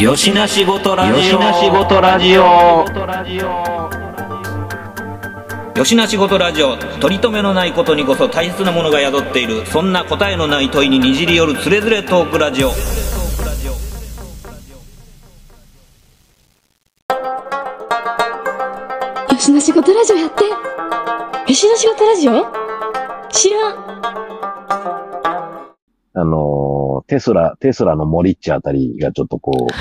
よしな仕事ラジオよしな仕事ラジオよしな仕事ラジオ取り留めのないことにこそ大切なものが宿っているそんな答えのない問いににじり寄るつれづれトークラジオ吉野仕事ラジオやって吉野仕事ラジオ知らんあのーテスラ、テスラのモリッチあたりがちょっとこ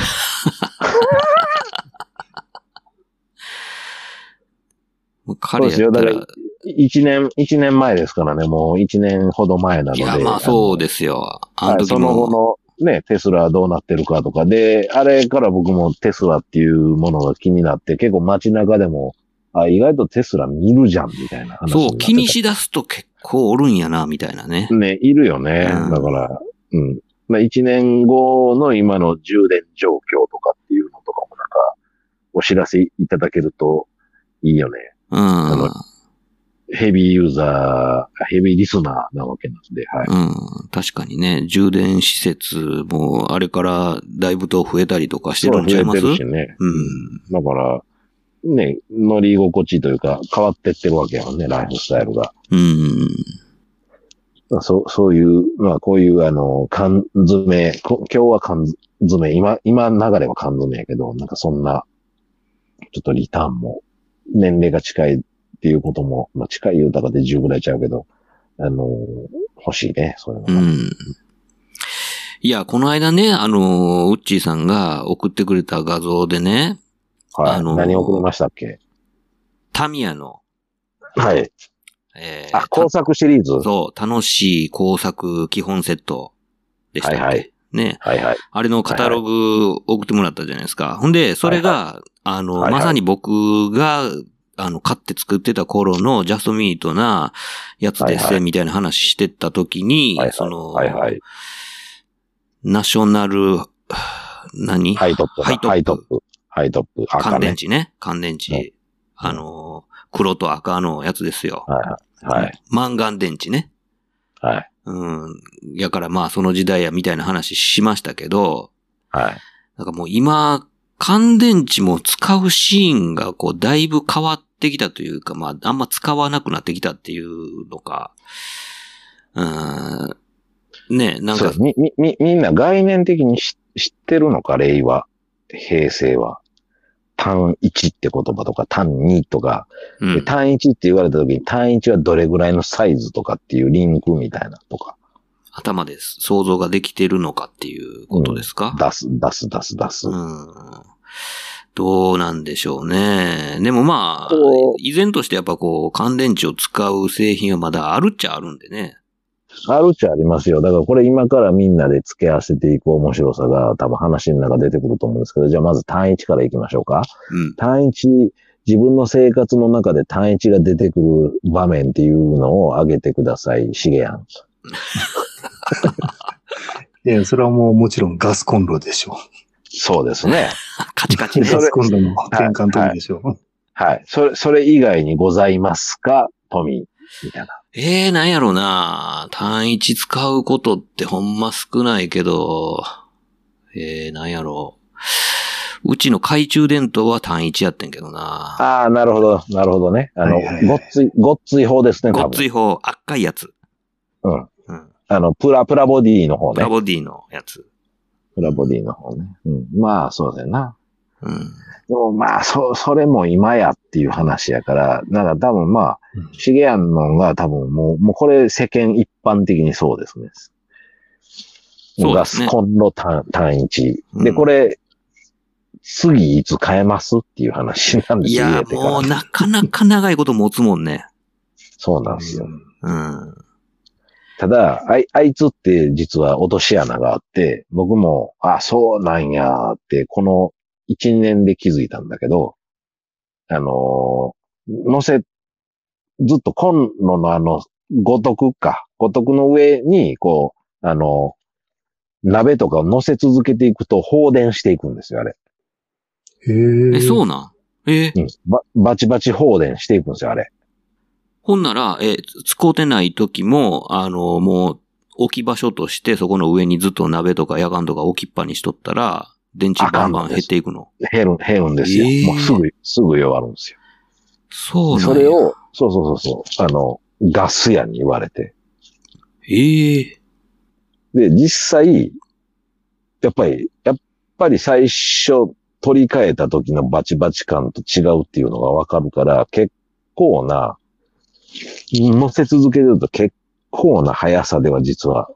もうう、彼うやですよ。っだた、からら、一年、一年前ですからね、もう一年ほど前なのいで。や、まあそうですよ。あはのい、時その後も、の、ね、テスラはどうなってるかとか。で、あれから僕もテスラっていうものが気になって、結構街中でも、あ、意外とテスラ見るじゃん、みたいな話になっそてう、た気にしだすと結構おるんやな、みたいなね。ね、いるよね。うんだから、うん。まあ、一年後の今の充電状況とかっていうのとかもなんか、お知らせいただけるといいよね。うん。のヘビーユーザー、ヘビーリスナーなわけなんで、はい。うん。確かにね、充電施設も、あれからだいぶと増えたりとかしてるんちゃいますそう増えてるしね。うだん。から、ね、乗り心地というか、変わってってるわけやもんね、ライフスタイルが。うん。まあそう、そういう、まあ、こういう、あの、缶詰、こ今日は缶詰、今、今流れは缶詰やけど、なんかそんな、ちょっとリターンも、年齢が近いっていうことも、まあ、近い豊かで10ぐらいちゃうけど、あの、欲しいね、そういうのうが。ん。いや、この間ね、あの、ウッチーさんが送ってくれた画像でね、はい。あのー何送りましたっけタミヤの、はい。えーあ、工作シリーズ。はそう、楽しい工作基本セットでしたっけ、はいはいね。いはい。あれのカタログ送ってもらったじゃないですか。ほんで、それが、あの、はいはいまさに僕が、あの、買って作ってた頃のジャストミートなやつですはいはね、みたいな話してた時に、はいはいその、はいはい。ナショナル、何ハイトップ。ハイトッププ。ハイトップ。赤乾電ね。池ね。乾電池。ねあの、黒と赤のやつですよ。はいはい。はい。マンガン電池ね。はい。うん。やからまあその時代やみたいな話しましたけど、はい。なんかもう今、乾電池も使うシーンがこうだいぶ変わってきたというか、まああんま使わなくなってきたっていうのか、うん。ねなんそかう、み、み、み、みんな概念的にし知ってるのか、令和、平成は。単1って言葉とか、単2とか、うでん。単1って言われた時に、単1はどれぐらいのサイズとかっていうリンクみたいなとか、頭で想像ができてるのかっていうことですか、出す、出す、出す、出す。うんどうなんでしょうね。でもまあこう、依然としてやっぱこう、乾電池を使う製品はまだあるっちゃあるんでね。あるっちゃありますよ。だからこれ今からみんなで付け合わせていく面白さが多分話の中出てくると思うんですけど、じゃあまず単1からいきましょうか。うん。単一、自分の生活の中で単一が出てくる場面っていうのを挙げてください、しげやん。え、それはもうもちろんガスコンロでしょそうですね。 カ チカチう。ね。ガそれスコンロの玄関取りでしょう。はい。それ、それ以外にございますか、トミー。みたいな。ええー、なんやろな。単一使うことってほんま少ないけど、ええー、なんやろ。うちの懐中電灯は単一やってんけどな。ああ、なるほど、なるほどね。あの、はいはいはいごっつい、ごっつい方ですね、ご多っつ分。い方、赤いやつ。うん。うん。あの、プラ、プラボディの方ねラ。ボディのやつ。プラボディの方ね。うん。まあ、そうだよな。うん。でもまあ、そ、それも今やっていう話やから、だから多分まあ、うんシゲアンのが多分もう、もうこれ世間一般的にそうですね。そうガですねスコンロ単単一。うで、んこれ、次いつ変えますっていう話なんでいすよ。や家ー、でもかうらなかなか長いこと持つもんね。そうなんですよ。うん。ただ、あい、あいつって実は落とし穴があって、僕も、あ、そうなんやーって、この一年で気づいたんだけど、あのー乗せ、ずっとコンロのあの、五徳か、五徳の上に、こう、あのー鍋とかを乗せ続けていくと放電していくんですよ、あれ。へえ、そううなんえ、うん。ば、バチバチ放電していくんですよ、あれ。ほんなら、え、使うてない時も、あの、もう、置き場所として、そこの上にずっと鍋とかやかんとか置きっぱにしとったら、電池バンバン減っていくの。減る、減るんですよ。ええもうすぐ、すぐ弱るんですよ。そうなんやそれ。を、そうそうそうそう、あの、ガス屋に言われて。ええで、実際、やっぱり、やっぱり最初取り替えた時のバチバチ感と違うっていうのがわかるから、結構な、乗せ続けてると結構な速さでは実は、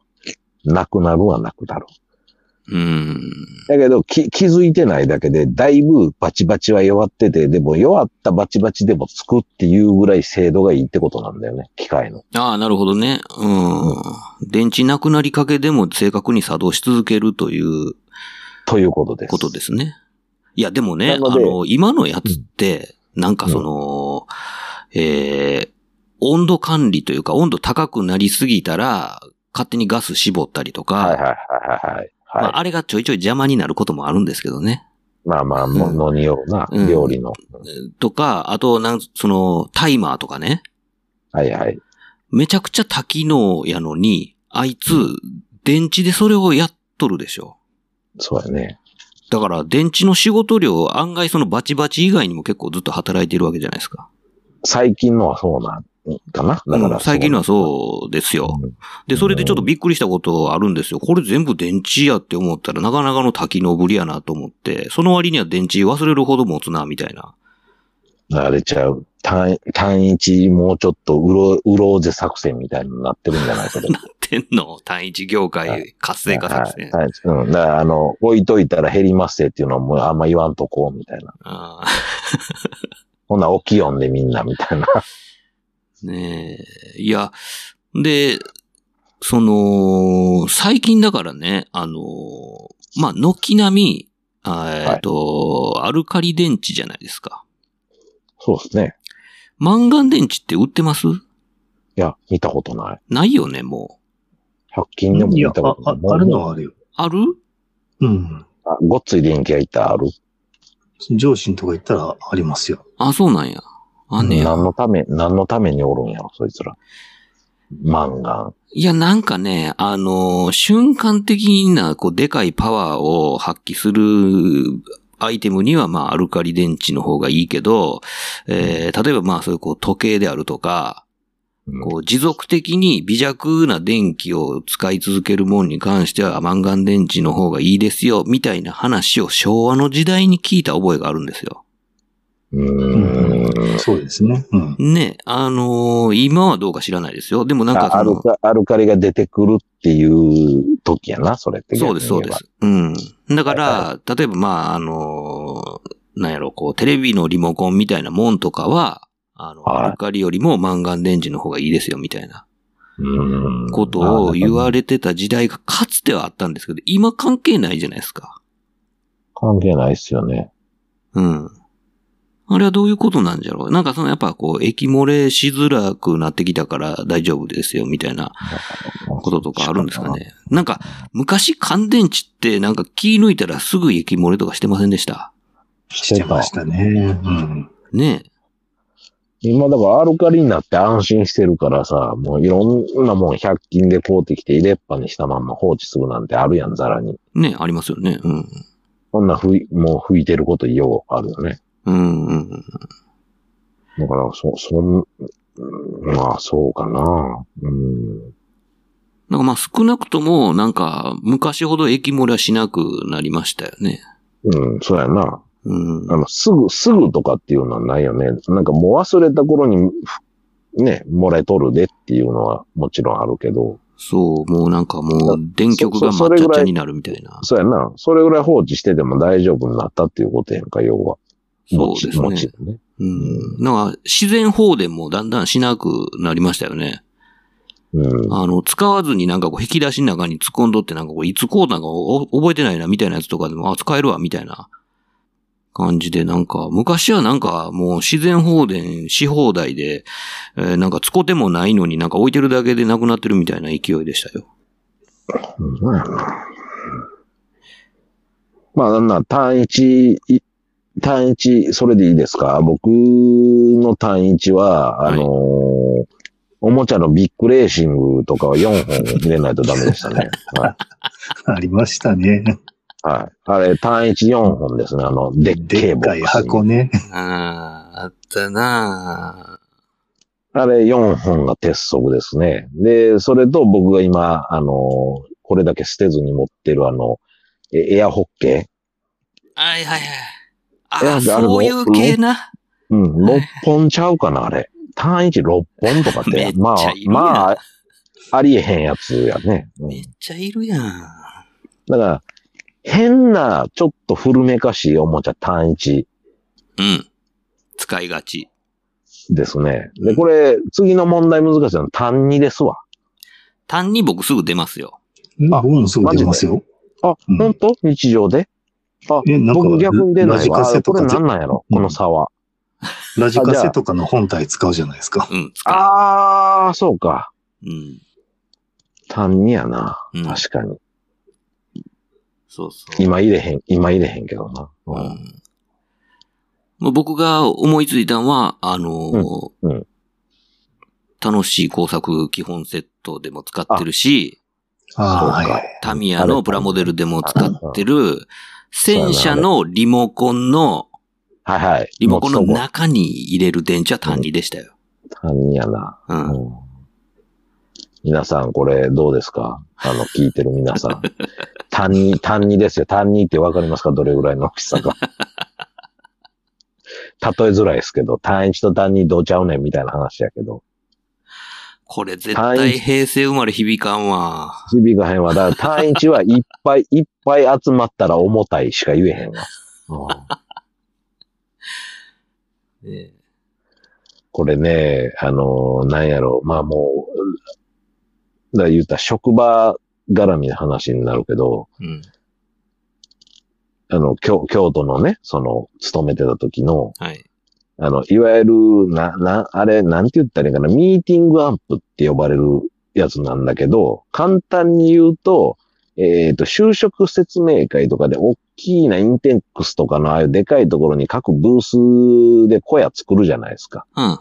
なくなるはなくなる。うん。だけど、き気づいてないだけで、だいぶバチバチは弱ってて、でも弱ったバチバチでもつくっていうぐらい精度がいいってことなんだよね、機械の。ああ、なるほどね。うん。電池なくなりかけでも正確に作動し続けるというということです。ことですね。いや、でもね、あなのでの、今のやつって、なんかその、えー、温度管理というか、温度高くなりすぎたら、勝手にガス絞ったりとか、はいはいはいはいはい。はいまあ、あれがちょいちょい邪魔になることもあるんですけどね。まあまあ、ものによるな、うん料理の。とか、あと、なん、その、タイマーとかね。はいはい。めちゃくちゃ多機能やのに、あいつ、電池でそれをやっとるでしょ。そうやね。だから、電池の仕事量、案外そのバチバチ以外にも結構ずっと働いてるわけじゃないですか。最近のはそうなんかなだから、うん最近のはそうですよ。うんで、それでちょっとびっくりしたことあるんですよ。これ全部電池やって思ったら、なかなかの多機能ぶりやなと思って、その割には電池忘れるほど持つな、みたいな。 あれちゃう。単、単一、もうちょっと、うろ、うろうぜ作戦みたいになってるんじゃない かと。天の単一業界活性化作戦。はい、はい。うん。だから、あの、置いといたら減りますってっていうのはもうあんま言わんとこう、みたいな。あほな、起きよんでみんな、みたいな。 ーねえ。いや、で、その、最近だからね、あのー、まあ、軒並み、あーはいえっと、アルカリ電池じゃないですか。そうですね。マンガン電池って売ってますいや、見たことない。ないよね、も100均でもい見や、たあことない。ああるのはあるよ。う。あるうん。あごっつい電気屋いたらある。上司のとか行ったらありますよ。あ、そうなんや。あ、ねや。何のため、何のためにおるんやろ、そいつら。マンガン。いや、なんかね、あのー瞬間的な、こう、でかいパワーを発揮するアイテムには、まあ、アルカリ電池の方がいいけど、えー、例えば、まあ、そういう、こう、時計であるとか、うんこう、持続的に微弱な電気を使い続けるもんに関しては、マンガン電池の方がいいですよ、みたいな話を昭和の時代に聞いた覚えがあるんですよ。うーん。そうですね。うん。ね、あのー今はどうか知らないですよ。でもなんかあそアルの、カ、アルカリが出てくるっていう時やな、それって。そうです、そうで。す。うん。だから、例えば、まあ、あのーなんやろ、こう、テレビのリモコンみたいなもんとかは、あの、はいアルカリよりもマンガン電池の方がいいですよ、みたいなうん。ことを言われ。れてた時代がかつてはあったんですけど、今関係ないじゃないですか。関係ないっすよね。うん。あれはどういうことなんじゃろうなんかそのやっぱこう、液漏れしづらくなってきたから大丈夫ですよ、みたいなこととかあるんですかね。なんか、昔乾電池ってなんか気抜いたらすぐ液漏れとかしてませんでしたししててまたし。たね。うん。ねえ。今だからアルカリになって安心してるからさ、もういろんなもん100均で買うてきて入れっぱにしたまんま放置するなんてあるやん、ザラに。ね、ありますよね。うん。そんなふい、もう拭いてることようあるよね。うんうんうん。だから、そ、そん、うんまあそうかな。うん。なんかまあ少なくとも、なんか昔ほど液漏れはしなくなりましたよね。うん、そうやな。うん。あの、すぐ、すぐとかっていうのはないよね。なんかもう忘れた頃に、ふね、漏れとるでっていうのはもちろんあるけど、そう、もうなんかもう電極がそまそっそれちゃっぐちらゃいになるみたいな。そうやな。それぐらい放置してても大丈夫になったっていうことやんか、要は。そうですもちね。ろんね。うん。なんか自然放電もだんだんしなくなりましたよね。うん。あの、使わずになんかこう引き出しの中に突っ込んどってなんかこういつこうなんかお覚えてないなみたいなやつとかでも、あ、使えるわみたいな感じでなんか、昔はなんかもう自然放電し放題で、えーなんか使ってもないのになんか置いてるだけでなくなってるみたいな勢いでしたよ。うんまあ、なんなら単一、い単一、それでいいですか僕の単一は、あのーおもちゃのビッグレーシングとかは4本入れないとダメでしたね。はいありましたね。はい。あれ、単一4本ですね。あの、でっけでえっボかッいクスに。箱ね。ああ、あったなああれ、4本が鉄則ですね。で、それと僕が今、あの、これだけ捨てずに持ってるあの、えエアホッケはいはいはい。いあやあ、であれそういう系な。ーうん、6本ちゃうかな、あれ。単一6本とかっ、めってちまゃあい、るやんまあ、ありえへんやつやね。うんめっちゃいるやん。だから、変な、ちょっと古めかしいおもちゃ単一うん。使いがち。ですね。で、これ、次の問題難しいのは単二ですわ。単に僕すぐ出ますよ。まあ、うん、そう出ますよ。あ、うんほんと日常であ、えなんか僕逆に出なラいジカわ。セあとこかれ何なんやろうんこの差は。ラジあカじゃセあとかの本体使うじゃないですか。うん、使あー、そうか。う。うん。単二やな。うん確かに。そうそう。今入れへん、今入れへんけどな。ううんん。もう僕が思いついたのは、あのーうんうん楽しい工作基本セットでも使ってるし、ああ、はいそうかはい。タミヤのプラモデルでも使ってる、戦車のリモコンの、はいはい。リモコンのもうそ中に入れる電池は単にでしたよ。こ単二やな。う。うんん皆さん、これどうですかあの、聞いてる皆さん。単二、単二ですよ。単二ってわかりますかどれぐらいの大きさか。例えづらいですけど、単一と単二どうちゃうねんみたいな話やけど。これ絶対平成生まれ響かんわ。響ビがへんわ。だから単一はいっぱいいっぱい集まったら重たいしか言えへんわ。うんねこれね、あの、なんやろ、まあもう、だから言うたら職場絡みの話になるけど、うん。あの、京京都のね、その、勤めてた時の、はい。あの、いわゆる、な、な、あれ、なんて言ったらいいかな、ミーティングアンプって呼ばれるやつなんだけど、簡単に言うと、えっ、と、就職説明会とかで、大きなインテックスとかのああいうでかいところに各ブースで小屋作るじゃないですか。うん、うん。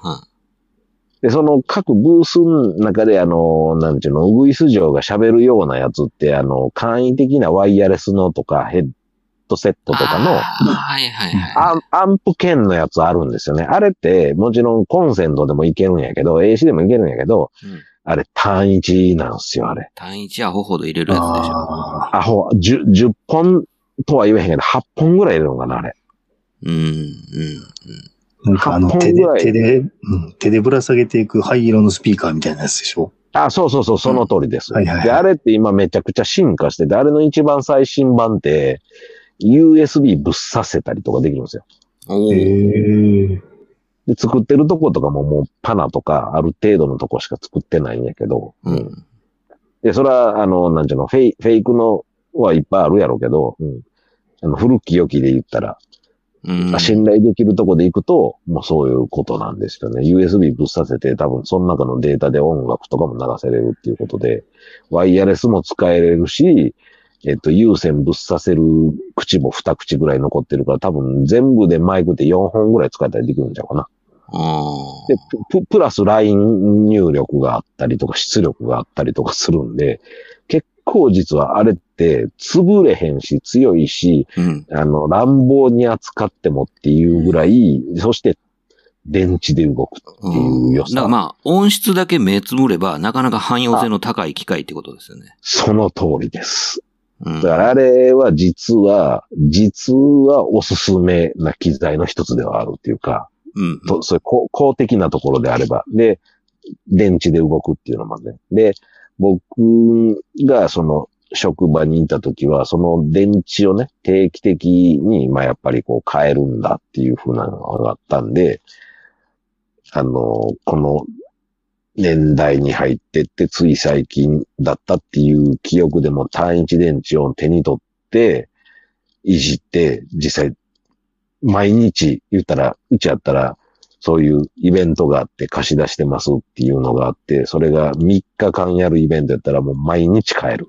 で、その各ブースの中で、あの、なんちゅうの、ウグイス嬢が喋るようなやつって、あの、簡易的なワイヤレスのとか、ヘッドセットとかの、あーはいはいはい。アンアンプ券のやつあるんですよね。あれって、もちろんコンセントでもいけるんやけど、AC でもいけるんやけど、うんあれ単一なんですよ、あれ。単一アホほど入れるやつでしょ。ああ、あ、ほう、10、10本とは言えへんけど、8本ぐらい入れるのかな、あれ。うん、うん、なんかあの8手本でぐら、い手で、うん、手でぶら下げていく灰色のスピーカーみたいなやつでしょ。あ、そうそうそう、その通りです。うんはいはいはいで、あれって今めちゃくちゃ進化してて、あれの一番最新版って、USB ぶっ刺せたりとかできるんですよ。うん。おお、え。で、作ってるとことかももうパナとかある程度のとこしか作ってないんやけど、うん。で、それは、あの、なんちゅうの、フェイフェイクのはいっぱいあるやろうけど、うん。あの、古き良きで言ったら、うん。信頼できるとこで行くと、もうそういうことなんですよね。USB ぶっさせて、多分その中のデータで音楽とかも流せれるっていうことで、ワイヤレスも使えれるし、えっと、有線ぶっさせる口も二口ぐらい残ってるから、多分全部でマイクで4本ぐらい使えたりできるんちゃうかな。あで、プププラスライン入力があったりとか、出力があったりとかするんで、結構実はあれって潰れへんし、強いし、ーうん。あの、乱暴に扱ってもっていうぐらい、そして、電池で動くっていう良だかさ。らまあ、音質だけ目つむれば、なかなか汎用性の高い機械ってことですよね。その通りです。うん。だからあれは実は、実はおすすめな機材の一つではあるっていうか、うん。とそういう公公的なところであれば。で、電池で動くっていうのもね。で、僕がその職場にいた時は、その電池をね、定期的に、まあやっぱりこう変えるんだっていう風なのがあったんで、あの、この年代に入ってって、つい最近だったっていう記憶でも単一電池を手に取って、いじって、実際、毎日言ったら、うちやったら、そういうイベントがあって貸し出してますっていうのがあって、それが3日間やるイベントやったらもう毎日買える。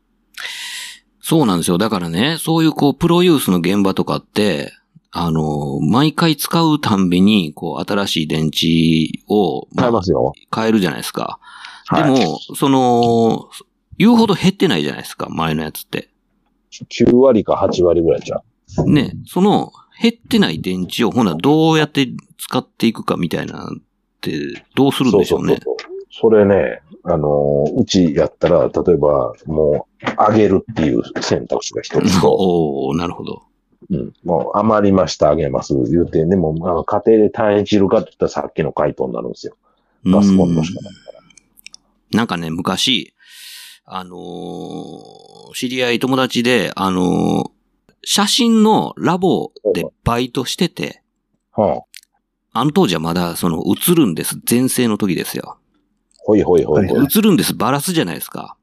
そうなんですよ。だからね、そういうこう、プロユースの現場とかって、あの、毎回使うたんびに、こう、新しい電池を、ま買あえますよ。変えるじゃないですか。はいでも、その、言うほど減ってないじゃないですか、前のやつって。 9割か8割ぐらいじゃん。ね、その減ってない電池をほなどうやって使っていくかみたいなってどうするんでしょうね。そうそうそうそう。それね、あのーうちやったら、例えば、もう、あげるっていう選択肢が一 つと、おおなるほど。うん、もう、余りました、あげます、言うて、でも、あの家庭で単一るかって言ったらさっきの回答になるんですよ。ガスコンロしかないから。なんかね、昔、あのー知り合い友達で、あのー写真のラボでバイトしてて、はあ、あの当時はまだその映るんです、前世の時ですよ。ほいほいほいほい。は映るんです、バラすじゃないですか。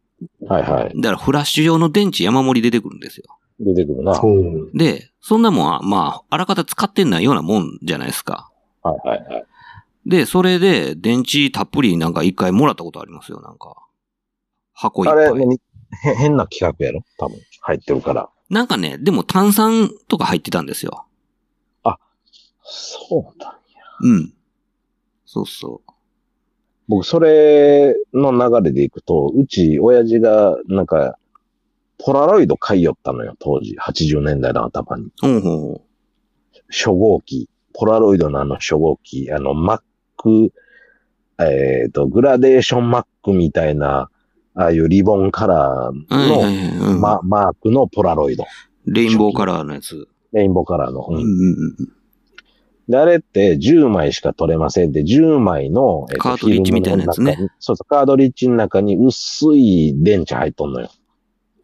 はいはい。だからフラッシュ用の電池山盛り出てくるんですよ。出てくるな。はほう。で、そんなもんは、まあ、あらかた使ってないようなもんじゃないですか。いはいはい。で、それで電池たっぷりなんか一回もらったことありますよ、なんか。箱いっあぱい。れ、何 へ変な企画やろ多分、入ってるから。なんかね、でも炭酸とか入ってたんですよ。そうだ。うん。そうそう。僕、それの流れでいくと、うち、親父が、なんか、ポラロイド買いよったのよ、当時。80年代の頭に。ほうほ初号機。ポラロイドのあの初号機。あの、マック、えっ、と、グラデーションマックみたいな、ああいうリボンカラう。はいーはいはいの、うんま、マークのポラロイド。レインボーカラーのやつ。レインボーカラーの。うんううんんで、あれって10枚しか取れませんで、10枚の、えっとカートリッジみたいなやつね。フィルムの中にそうそう、カートリッジの中に薄い電池入っとんのよ。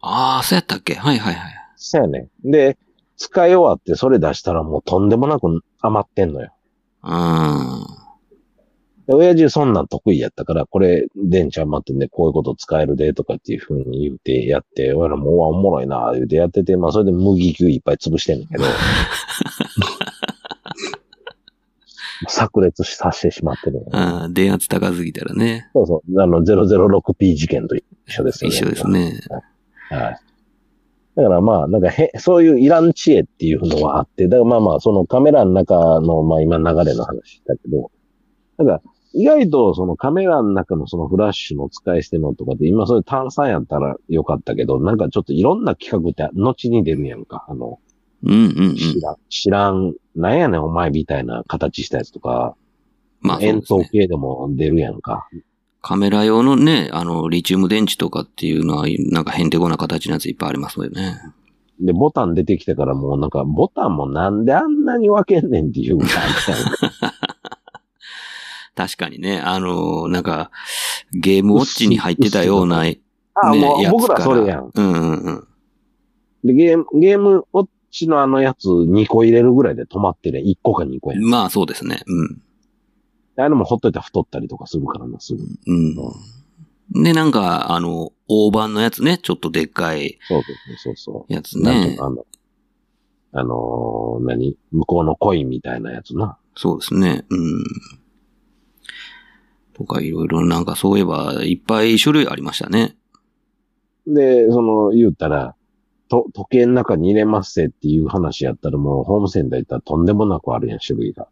ああ、そうやったっけはいはいはい。そうやねん。で、使い終わってそれ出したらもうとんでもなく余ってんのよ。あで親父そんなん得意やったから、これ電池余ってんで、こういうこと使えるで、とかっていう風に言うてやって、俺らもうわ、おもろいな、言うてやってて、まあそれで麦球いっぱい潰してんだ けど、炸裂させてしまってるよね、ーあー。電圧高すぎたらね。そうそう。あの、006P 事件と一緒ですよ一ね。緒です。ね。はい。だからまあ、なんかへ、そういうイラン知恵っていうのはあって、だからまあまあ、そのカメラの中の、まあ今流れの話だけど、なんか、意外とそのカメラの中のそのフラッシュの使い捨てのとかで、今それ炭酸やったらよかったけど、なんかちょっといろんな企画って後に出るやんか。あの、うんうんうん。知らん、知らん、なんやねんお前みたいな形したやつとか、まあそう円です筒ね。系でも出るやんか。カメラ用のね、あの、リチウム電池とかっていうのは、なんかへんてこな形のやついっぱいありますよね。で、ボタン出てきてからもうなんか、ボタンもなんであんなに分けんねんっていうぐらいあるやん確かにね、あの、なんか、ゲームウォッチに入ってたような、ね、ああ、もうやつ僕からら。それやん。うんうんうん。で、ゲーム、ゲームウォッチのあのやつ2個入れるぐらいで止まってね、1個か2個やん。まあそうですね。うん。あれもほっといたら太ったりとかするからな、すぐ。うん。で、なんか、あの、大判のやつね、ちょっとでっかいそうそうそうそう。やつなんてねいう。の、あの、あのー何向こうの恋みたいなやつな。そうですね。うん。とかいろいろなんかそういえばいっぱい種類ありましたね。で、その、言ったら、と、時計の中に入れますせっていう話やったらもうホームセンター行ったらとんでもなくあるやん、種類が。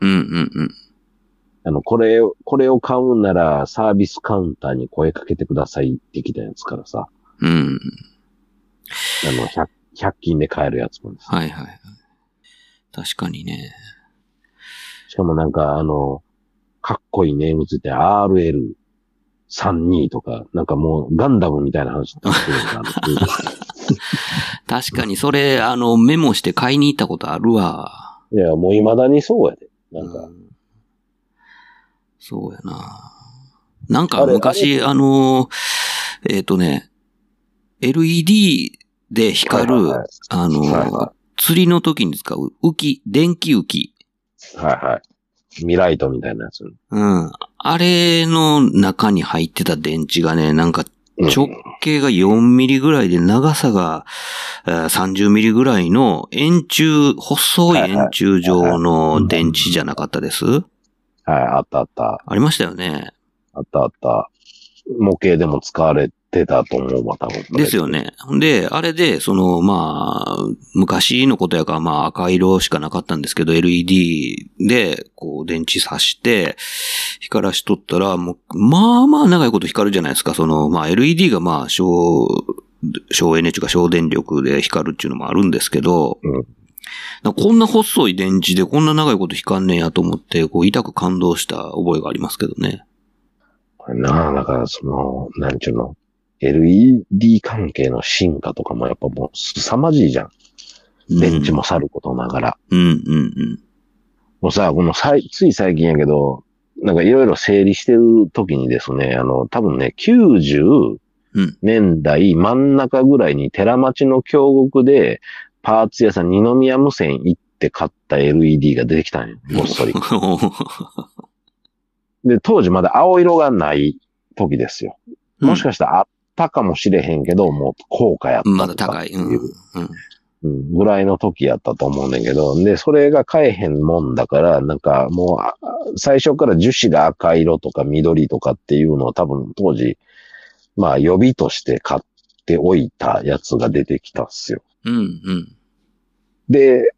うんうんうん。あの、これを、これを買うんならサービスカウンターに声かけてくださいってきたやつからさ、うん。あの、100, 100均で買えるやつもです。はいはいはい。確かにね。しかもなんか、あの、かっこいいネームついて RL32 とか、なんかもうガンダムみたいな話になってるのがある確かにそれ、あの、メモして買いに行ったことあるわ。 いや、もう未だにそうやで。なんうか、んそうやな。なんかあれ昔、あの、えっ、とね、LED で光る、はいはいはいあの、はいは釣りの時に使う浮き、電気浮き。はいはい。ミライトみたいなやつ。うん。あれの中に入ってた電池がね、なんか直径が4ミリぐらいで長さがえー30ミリぐらいの円柱、細い円柱状の電池じゃなかったですはい、あったあった。ありましたよね。あったあった。模型でも使われてたと思うわ、多分。ですよね。で、あれで、その、まあ、昔のことやから、まあ赤色しかなかったんですけど、LED で、こう、電池挿して、光らしとったら、もう、まあまあ長いこと光るじゃないですか。その、まあ LED がまあ、小、省エネというか省電力で光るっていうのもあるんですけど、うんなんかこんな細い電池でこんな長いこと光んねんやと思って、こう痛く感動した覚えがありますけどね。これなあ、だからその、なんちゅうの、LED 関係の進化とかもやっぱもう凄まじいじゃん。うん電池。もさることながら。うんうんうん。 もうさ、このさい、つい最近やけど、なんかいろいろ整理してる時にですね、あの、多分ね、90うん年代真ん中ぐらいに寺町の京極で、パーツ屋さん二宮無線行って買った LED が出てきたんよ。ごっそり。で、当時まだ青色がない時ですよ。もしかしたらあったかもしれへんけど、もう高価やったとか。まだ高い。うんってううんうんぐらいの時やったと思うねんだけど、で、それが買えへんもんだから、なんかもうあ、最初から樹脂が赤色とか緑とかっていうのを多分当時、まあ予備として買っておいたやつが出てきたっすよ。うんうん。で、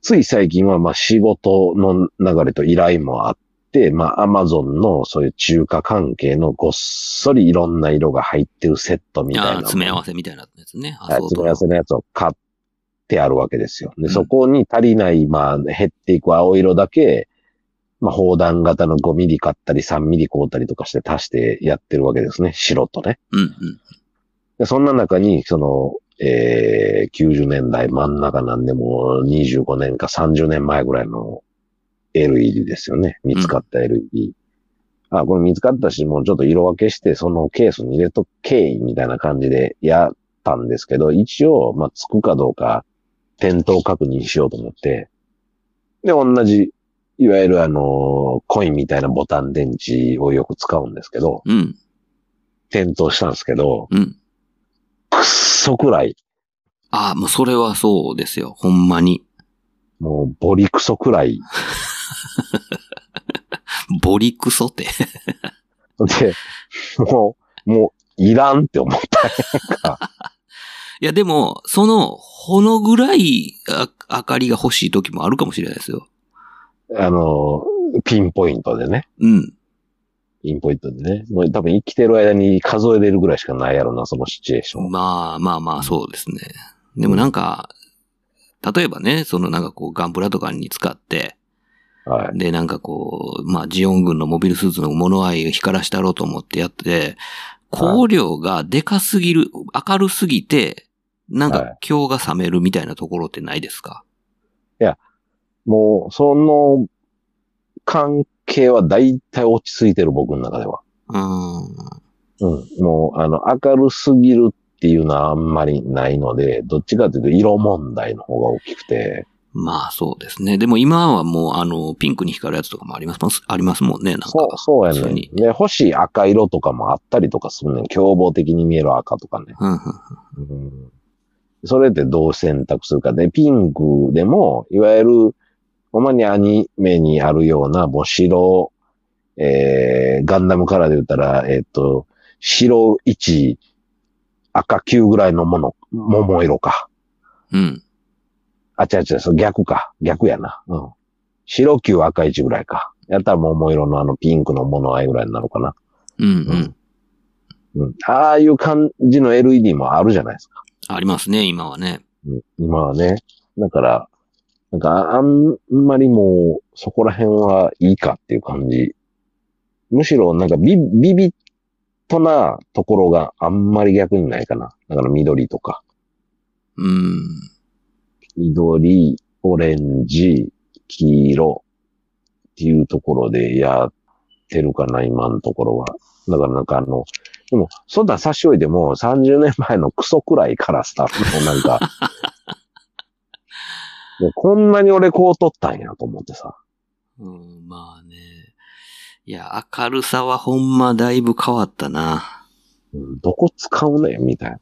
つい最近はまあ仕事の流れと依頼もあって、まあアマゾンのそういう中華関係のごっそりいろんな色が入ってるセットみたいあなあ、の。詰め合わせみたいなやつね。はい、詰め合わせね。のやつを買ってあるわけですよ。で、んそこに足りない、まあ、減っていく青色だけ、まあ、砲弾型の5ミリ買ったり3ミリ買ったりとかして足してやってるわけですね。白とね。うんうん。で、そんな中に、その、えー、90年代真ん中なんでもう25年か30年前ぐらいの LED ですよね。見つかった LED。あ、これ見つかったし、もうちょっと色分けして、そのケースに入れとけいみたいな感じでやったんですけど、一応、まあ、つくかどうか、点灯確認しようと思って、で、同じ、いわゆるあの、コインみたいなボタン電池をよく使うんですけど、うん点灯したんですけど、うん。くっそくらいああ、もうそれはそうですよ。ほんまに。もう、ボリクソくらい。ボリクソって。 で、もう、もう、いらんって思った。いや、でも、その、ほのぐらいあ、明かりが欲しい時もあるかもしれないですよ。あの、ピンポイントでね。うん。ピンポイントでね。もう多分生きてる間に数えれるぐらいしかないやろな、そのシチュエーション。まあまあまあ、そうですね。でもなんか、例えばね、そのなんかこう、ガンプラとかに使って、はい。で、なんかこう、まあ、ジオン軍のモビルスーツの物合いを光らしたろうと思ってやって、光量がでかすぎる、明るすぎて、なんはか、今日が冷めるみたいなところってないですかもう、その、関係は大体落ち着いてる、僕の中では。うーん。うん。もう、あの、明るすぎるっていうのはあんまりないので、どっちかというと色問題の方が大きくて、まあそうですね。でも今はもうあの、ピンクに光るやつとかもあります、ありますもんね、なんか。そう、そうや普通ねにん。で、欲しい赤色とかもあったりとかするねん。凶暴的に見える赤とかね。うんうんうんそれってどう選択するかで、ピンクでも、いわゆる、ほんまにアニメにあるような、もう白、えー、ガンダムカラーで言ったら、えっ、と、白1、赤9ぐらいのもの、桃色か。うん。あ、違う違う、そう逆か。逆やな。うん。白9、赤1ぐらいか。やったら桃色のあのピンクのものあいぐらいになるかな。うんうん。うん。ああいう感じの LED もあるじゃないですか。ありますね、今はね。うん今はね。だから、なんかあんまりもうそこら辺はいいかっていう感じ。むしろなんかビビビッとなところがあんまり逆にないかな。だから緑とか。うん。緑、オレンジ、黄色っていうところでやってるかな、今のところは。だからなんかあの、でも、そんなん差し置いても30年前のクソくらいからスタートのなんか、もうこんなに俺こう取ったんやと思ってさ。うん、まあね。いや、明るさはほんまだいぶ変わったな。うんどこ使うねんみたい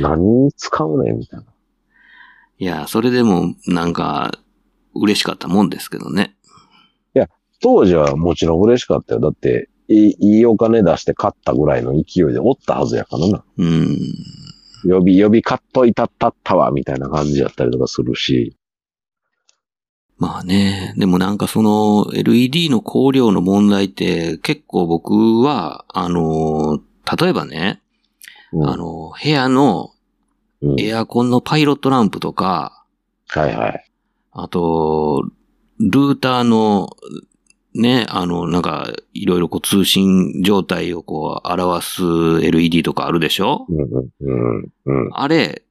な。何に使うねんみたいな。いや、それでもなんか嬉しかったもんですけどね。当時はもちろん嬉しかったよ。だって、いいいいお金出して買ったぐらいの勢いでおったはずやからな。うん。予備、予備買っといたったったわ、みたいな感じやったりとかするし。まあね。でもなんかその LED の光量の問題って結構僕は、あの、例えばね、うんあの、部屋のうんエアコンのパイロットランプとか、はいはい。あと、ルーターの、ね、あの、なんか、いろいろこう通信状態をこう、表す LED とかあるでしょうんうんうんうんあれ、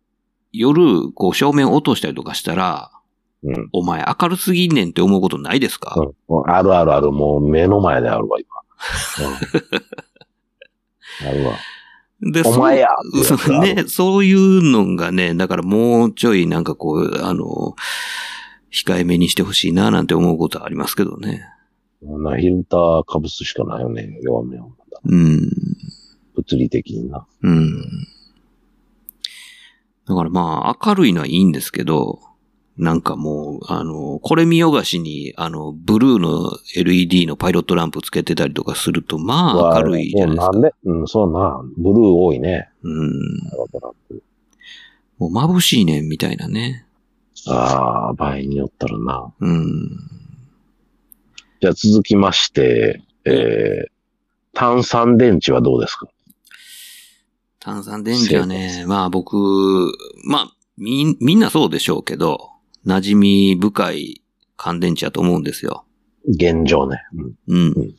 夜、こう、照明落としたりとかしたら、うんお前明るすぎんねんって思うことないですか、うん。あるあるある。もう目の前であるわ、今。 うんあるわ。で、お前やそうそう ね、そういうのがね、だからもうちょいなんかこう、あの、控えめにしてほしいななんて思うことはありますけどね。こんなフィルターかぶすしかないよね。弱めを。うん。物理的にな。うん。だからまあ、明るいのはいいんですけど、なんかもう、あの、これ見よがしに、あの、ブルーの LED のパイロットランプつけてたりとかすると、まあ、明るいじゃないですもうか。んでうん、そうな。ブルー多いね。うん。なるほどもう眩しいねん、みたいなね。ああ、場合によったらな。うん。じゃあ続きまして、えー、炭酸電池はどうですか炭酸電池はね、まあ僕、まあ、み、みんなそうでしょうけど、馴染み深い乾電池だと思うんですよ。現状ね。うんうん。うん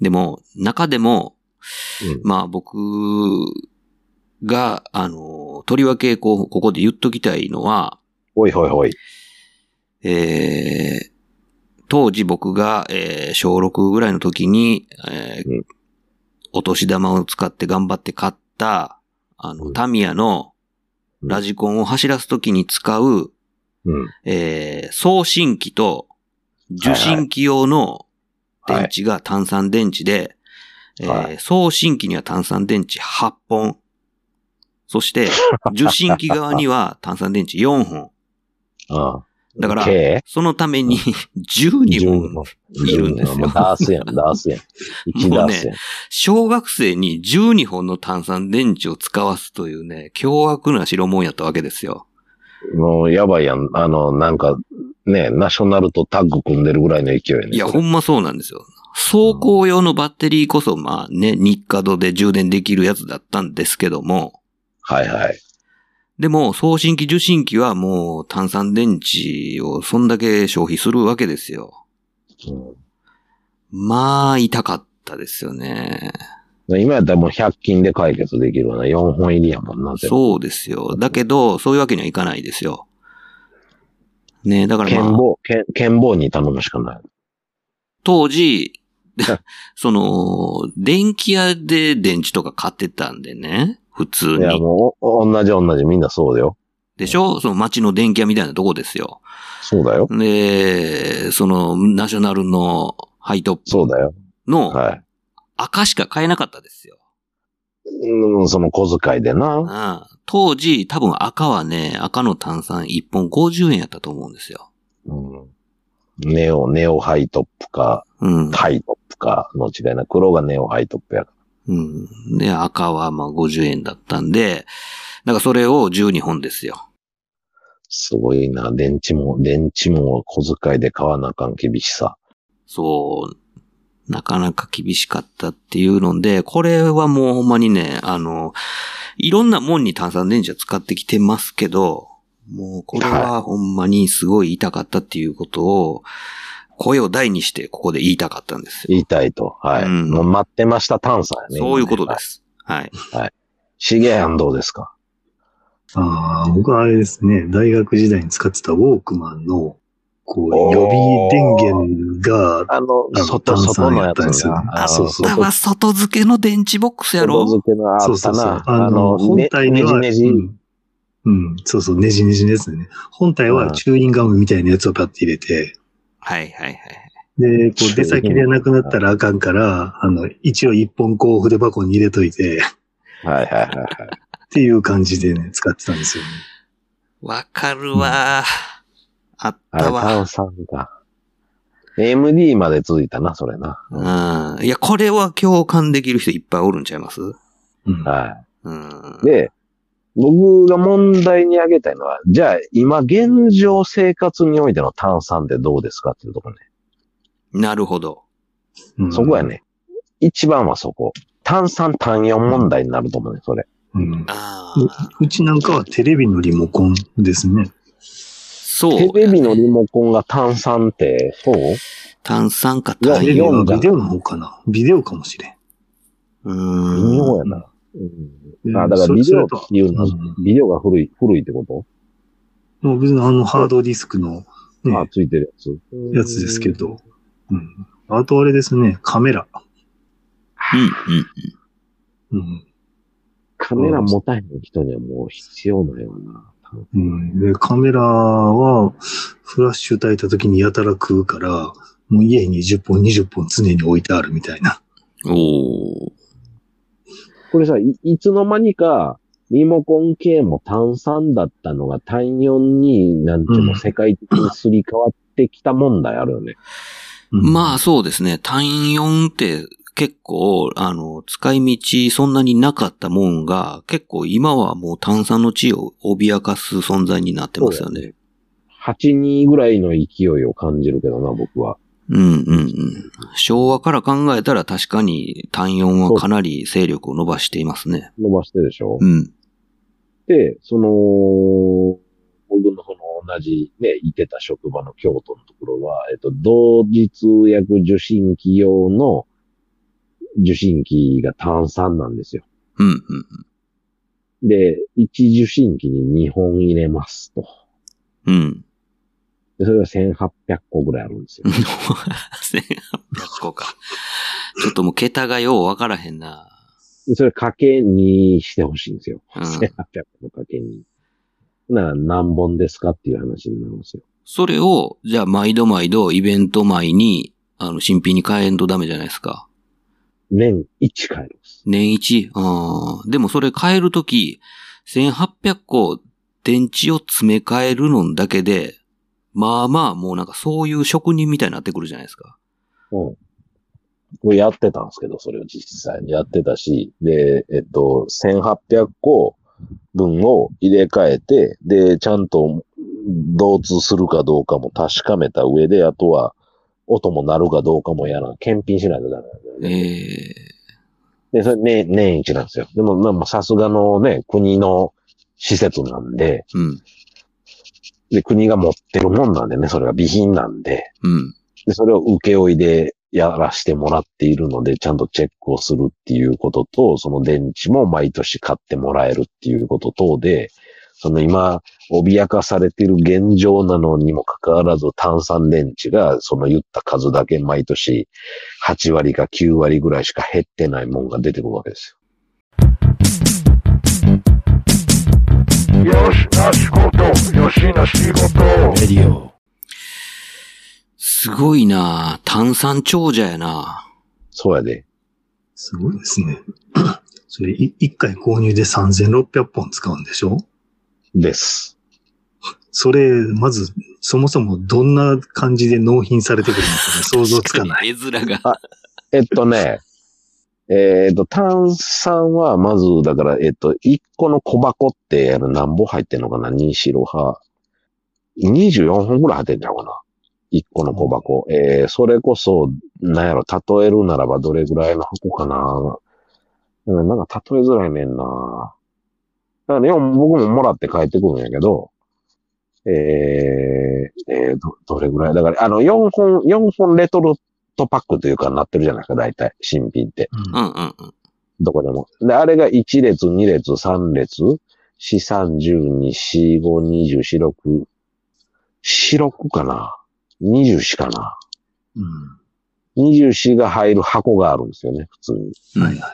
でも、中でも、うんまあ僕が、あの、とりわけ、こう、ここで言っときたいのは、おいほいほい。えー当時僕が、えー小6ぐらいの時に、えーうんお年玉を使って頑張って買った、あの、うんタミヤのラジコンを走らす時に使う、うん。えー送信機と受信機用の電池が炭酸電池で、はえー送信機には炭酸電池8本、そして受信機側には炭酸電池4本。ああだから、計そのために12本。いるんですよもうダース やん、ダースやん。1ダースやん。小学生に12本の炭酸電池を使わすというね、凶悪な白もんやったわけですよ。もうやばいやん。あの、なんか、ね、ナショナルとタッグ組んでるぐらいの勢いやね。いや、ほんまそうなんですよ。走行用のバッテリーこそ、まあね、日課度で充電できるやつだったんですけども、はいはい。でも送信機受信機はもう炭酸電池をそんだけ消費するわけですよ。うまあ、痛かったですよね。ん今やったらもう100均で解決できるわな。4本入りやもんな。全部そうですよ。だけど、そういうわけにはいかないですよ。ねだからまあ。剣棒、剣剣棒に頼むしかない。当時、その、電気屋で電池とか買ってたんでね、普通いや、に。もう、お同じ同じ、みんなそうだよ。でしょその街の電気屋みたいなとこですよ。そうだよ。で、その、ナショナルのハイトッそうプだよ。のはい。赤しか買えなかったですよ。うん、その小遣いでな。うん当時、多分赤はね、赤の炭酸1本50円やったと思うんですよ。うん。ネオ、ネオハイトップか、うん。ハイトップかの違いな。黒がネオハイトップやかうん。で、赤はまあ50円だったんで、だからそれを12本ですよ。ら。すごいな。電池も、電池も小遣いで買わなあかん厳しさ。そう、なかなか厳しかったっていうので、これはもうほんまにね、あの、いろんなもんに炭酸電池は使ってきてますけど、もうこれはほんまにすごい痛かったっていうことを、声を大にしてここで言いたかったんですよ。言いたいと。はい。うんもう待ってました炭酸やね。そういうこと今ねではいす。はい。シゲやんどうですかああ、僕はあれですね、大学時代に使ってたウォークマンの、こう、予備電源が、あの、あの外、炭外酸のややっつたんですよなあのそうそうだから 外付けの電池ボックスやろ外付けのあそうっそたうそうな。。あの、本体には、ねねじねうじ。んうん、そうそう、ねじねじのやつね。本体うんはチューインガムみたいなやつをパッて入れて、はいはいはい。で、こチューインガムう出先でなくなったらあかんから、あの、一応一本こう筆箱に入れといて、 はいはいはいはい。っていう感じでね、使ってたんですよ、ね。わかるわ、あっあれ、たわ。炭酸か。MD まで続いたな、それな。うん。いや、これは共感できる人いっぱいおるんちゃいますうん。はうんい。で、僕が問題に挙げたいのは、じゃあ、今、現状生活においての炭酸ってどうですかっていうとこね。なるほど。うんそこや。ね。一番はそこ。炭酸単4問題になると思うね、それ。うん、あうあ、うちなんかはテレビのリモコンですね。そう、テレビのリモコンが単三って、そう炭酸かテレ単ビ位。は四だビデオの方かな。ビデオかもしれん。う微妙ーん。やな。う。うんんあ、だからそビデオっそれとていうのはう、んビデオが古い、古いってこともう別にあのハードディスクの、ね、あ、ついてるやつ。やつですけど。うん。あとあれですね、カメラ。うん、うん。カメラ持たへん人にはもう必要ないよな。うん、でカメラは、フラッシュ焚いた時にやたら食うから、もう家に10本、20本常に置いてあるみたいな。うん。おー。これさ、いいつの間にか、リモコン系も単三だったのが単四になんていううのん世界的にすり替わってきた問題あるよね。うん、まあそうですね。単4って結構、あの、使い道そんなになかったもんが、結構今はもう炭酸の地位を脅かす存在になってますよね。八二ぐらいの勢いを感じるけどな、僕は。うんうんうん。昭和から考えたら確かに単4はかなり勢力を伸ばしていますね。伸ばしてるでしょ、うん。で、その、僕のその同じね、いてた職場の京都のところは、えっと、同時通訳受信機用の受信機が単三なんですよ。うんうんで、1受信機に2本入れますと。うん。うん。で、それが1800個ぐらいあるんですよ。 1800個か。ちょっともう桁がようわからへんな。で、それかけにしてほしいんですよ。うん1800個のかけに。なら何本ですかっていう話になるんですよ。それを、じゃあ毎度毎度イベント前に、あの、新品に変えんとダメじゃないですか。年1回です。年一。あーでもそれ変えるとき、1800個電池を詰め替えるのだけで、まあまあもうなんかそういう職人みたいになってくるじゃないですか。うん。これやってたんですけど、それを実際にやってたし、で、えっと、1800個分を入れ替えて、で、ちゃんと同通するかどうかも確かめた上で、あとは、音も鳴るかどうかもやらん、検品しないとダメなんだよね。えで、それ、ね、年一なんですよ。でも、まあまあ、さすがのね、国の施設なんで、えうん。で、国が持ってるもんなんでね、それが備品なんで、うん。で、それを請負いでやらしてもらっているので、ちゃんとチェックをするっていうことと、その電池も毎年買ってもらえるっていうこと等で、その今、脅かされている現状なのにもかかわらず、炭酸電池が、その言った数だけ毎年、8割か9割ぐらいしか減ってないもんが出てくるわけですよ。すごいな炭酸長者やなそうやで。すごいですね。 それ、い一回購入で3600本使うんでしょです。それ、まず、そもそもどんな感じで納品されてくるのかが想像つかない。絵面が。えっとね、 えっと、炭酸は、まず、だから、えっと、1個の小箱って、あの、何本入ってんのかな ?2 白派。24本ぐらい入ってんちゃうかな ?1 個の小箱。えー、それこそ、なんやろ、例えるならばどれぐらいの箱かなうんなんか例えづらいねんな。だから、ね、僕ももらって帰ってくるんやけど、えー、えーど、どれぐらいだから、あの、4本、4本レトルトパックというかなってるじゃないですか、大体、新品って。うんうんうんうん。どこでも。で、あれが1列、2列、3列、4、3、12、4、5、20、4、6、4、6かな ?24 かなうん。 ?24 が入る箱があるんですよね、普通に。はいはい。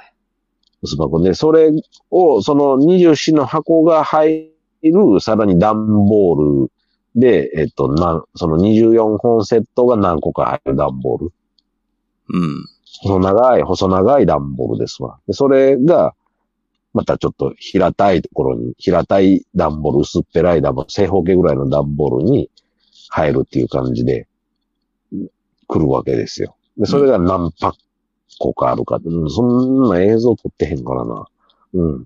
薄箱で、それを、その24の箱が入る、さらに段ボールで、えっと、なん、その24本セットが何個か入る段ボール。うん。細長い、細長い段ボールですわ。でそれが、またちょっと平たいところに、平たい段ボール、薄っぺらい段ボール、正方形ぐらいの段ボールに入るっていう感じで、来るわけですよ。で、それが何パッ個かあるかって、うん、そんな映像撮ってへんからな。うん。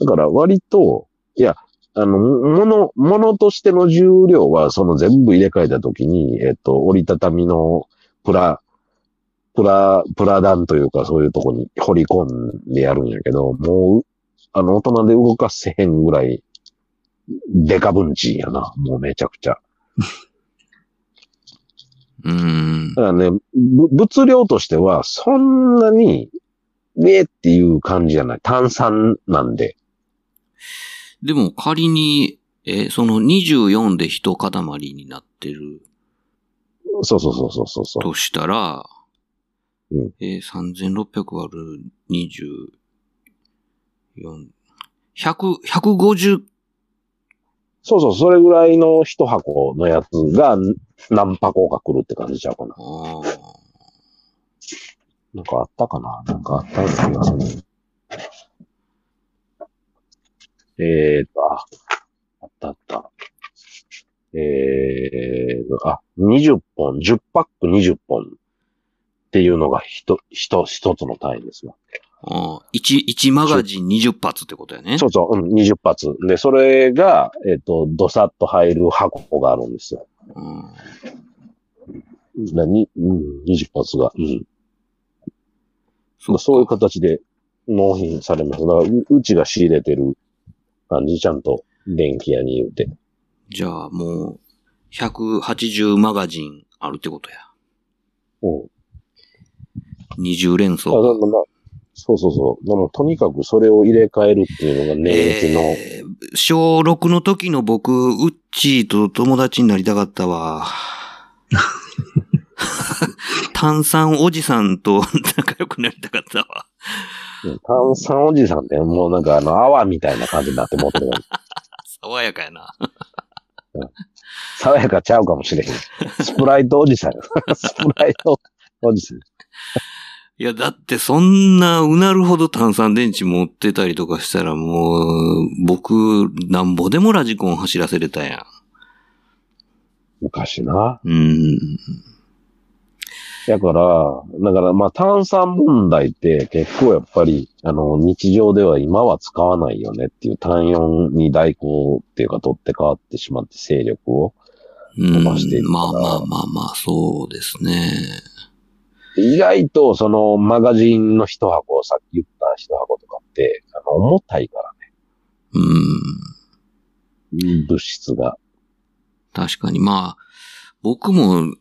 だから割と、いや、あの、もの、ものとしての重量は、その全部入れ替えたときに、えっと、折りたたみのプラ、プラ、プラダンというかそういうとこに掘り込んでやるんやけど、もう、あの、大人で動かせへんぐらい、デカ分チやな。もうめちゃくちゃ。うん。だからね、ぶ物量としては、そんなに、ねえっていう感じじゃない。炭酸なんで。でも仮に、え、その24で一塊になってるそうそうそうそうそうそう。としたら、うんえー、3600割る24、100、150、そうそう、それぐらいの一箱のやつが何箱か来るって感じちゃうかな。ああ、なんかあったかななんかあったような気がする。えーと、あ、あったあった。えーと、あ、20本、10パック20本っていうのが一、一、一つの単位ですよ。ああ、1、1マガジン20発ってことやね。そうそう、うん、20発。で、それが、えっ、と、どさっと入る箱があるんですよ。うん。なに、うん、20発が。うん。そうかそういう形で納品されます。だからう、うちが仕入れてる感じ、ちゃんと電気屋に言うて。じゃあもう、180マガジンあるってことや。うん。 20連だから想。まあそうそうそう。でも、とにかくそれを入れ替えるっていうのが年一の、えー小6の時の僕、ウッチーと友達になりたかっ たわ。炭酸おじさんと 仲良くなりたかったわ。うん炭酸おじさんって、もうなんかあの、泡みたいな感じになって持ってる。爽やかやな。 爽やかちゃうかもしれへん。スプライトおじさん。 スプライトおじさん。いや、だってそんなうなるほど炭酸電池持ってたりとかしたらもう、僕、なんぼでもラジコン走らせれたやん。昔な。うん。だから、だからまあ炭酸問題って結構やっぱり、あの、日常では今は使わないよねっていう単4に代行っていうか取って変わってしまって勢力を。うん。ばしていくからまあまあまあまあ、そうですね。意外とそのマガジンの一箱、さっき言った一箱とかって、あの、重たいからうん。ね、物質が。確かに。まあ、僕も、うん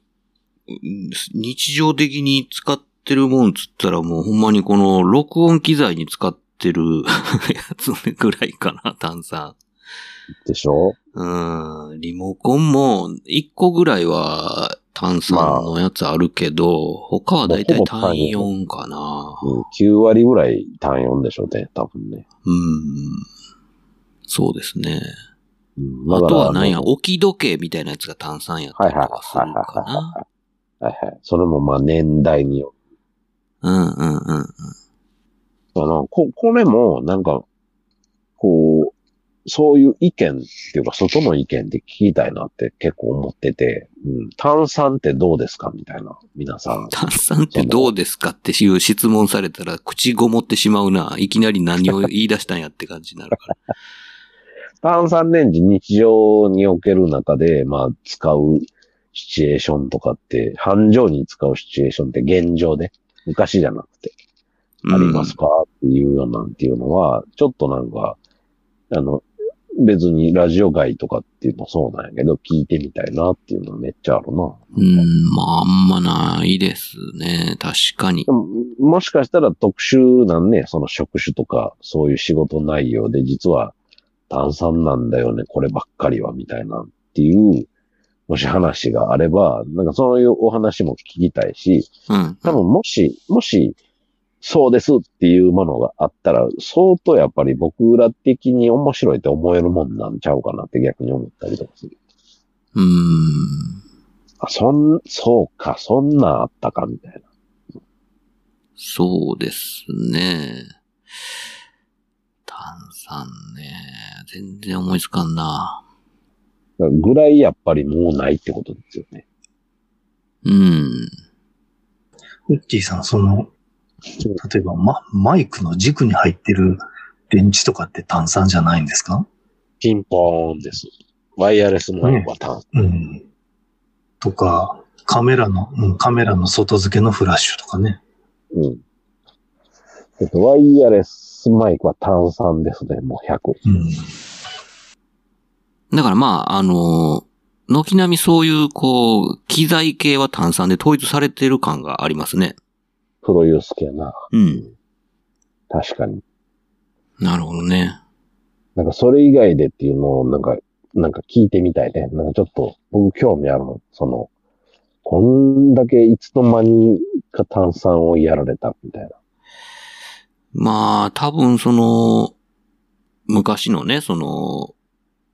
日常的に使ってるもんつったらもうほんまにこの録音機材に使ってる やつぐらいかな、炭酸。でしょうん。リモコンも1個ぐらいは炭酸のやつあるけど、他はだいたい単4かな。うん、9割ぐらい単4でしょうね、多分ね。うん。そうですね。うん、あだからとは何や、あの置き時計みたいなやつが炭酸やったりとかするのかはいはいはいはいな。はいはい。それもまあ年代によるうんうんうん。かな。こ、これも、なんか、こう、そういう意見っていうか、外の意見って聞きたいなって結構思ってて、うん、炭酸ってどうですかみたいな、皆さん。 炭酸ってどうですかっていう質問されたら、口ごもってしまうな。いきなり何を言い出したんやって感じになるから。炭酸電池日常における中で、まあ、使うシチュエーションとかって、繁盛に使うシチュエーションって現状で、昔じゃなくて、 ありますかっていうようなんていうのは、ちょっとなんか、あの、別にラジオ外とかっていうのもそうなんやけど、聞いてみたいなっていうのはめっちゃあるな。うん。うん、まあ、あんまないですね。確かにで。ももしかしたら特殊なんね、その職種とか、そういう仕事内容で、実は炭酸なんだよね、こればっかりは、みたいなっていう、もし話があれば、なんかそういうお話も聞きたいし、うん。多分もし、もし、そうですっていうものがあったら、相当やっぱり僕ら的に面白いって思えるもんなんちゃうかなって逆に思ったりとかする。うん。あ、そん、そうか、そんなんあったかみたいな。そうですね。炭酸ね。全然思いつかんな。だからぐらいやっぱりもうないってことですよね。うん。ウッチーさん、そのうん、例えば、ま、マイクの軸に入ってる電池とかって炭酸じゃないんですかピンポーンです。ワイヤレスマイクはターン。うん。とか、カメラの、うん、カメラの外付けのフラッシュとかね。うん。えっとワイヤレススマイクは炭酸ですね、もう100。うん。だからまあ、あのー、軒並みそういう、こう、機材系は炭酸で統一されてる感がありますね。プロユース系やな。うん。確かに。なるほどね。なんかそれ以外でっていうのを、なんか、なんか聞いてみたいね。なんかちょっと、僕興味あるの。その、こんだけいつの間にか炭酸をやられたみたいな。まあ、多分その、昔のね、その、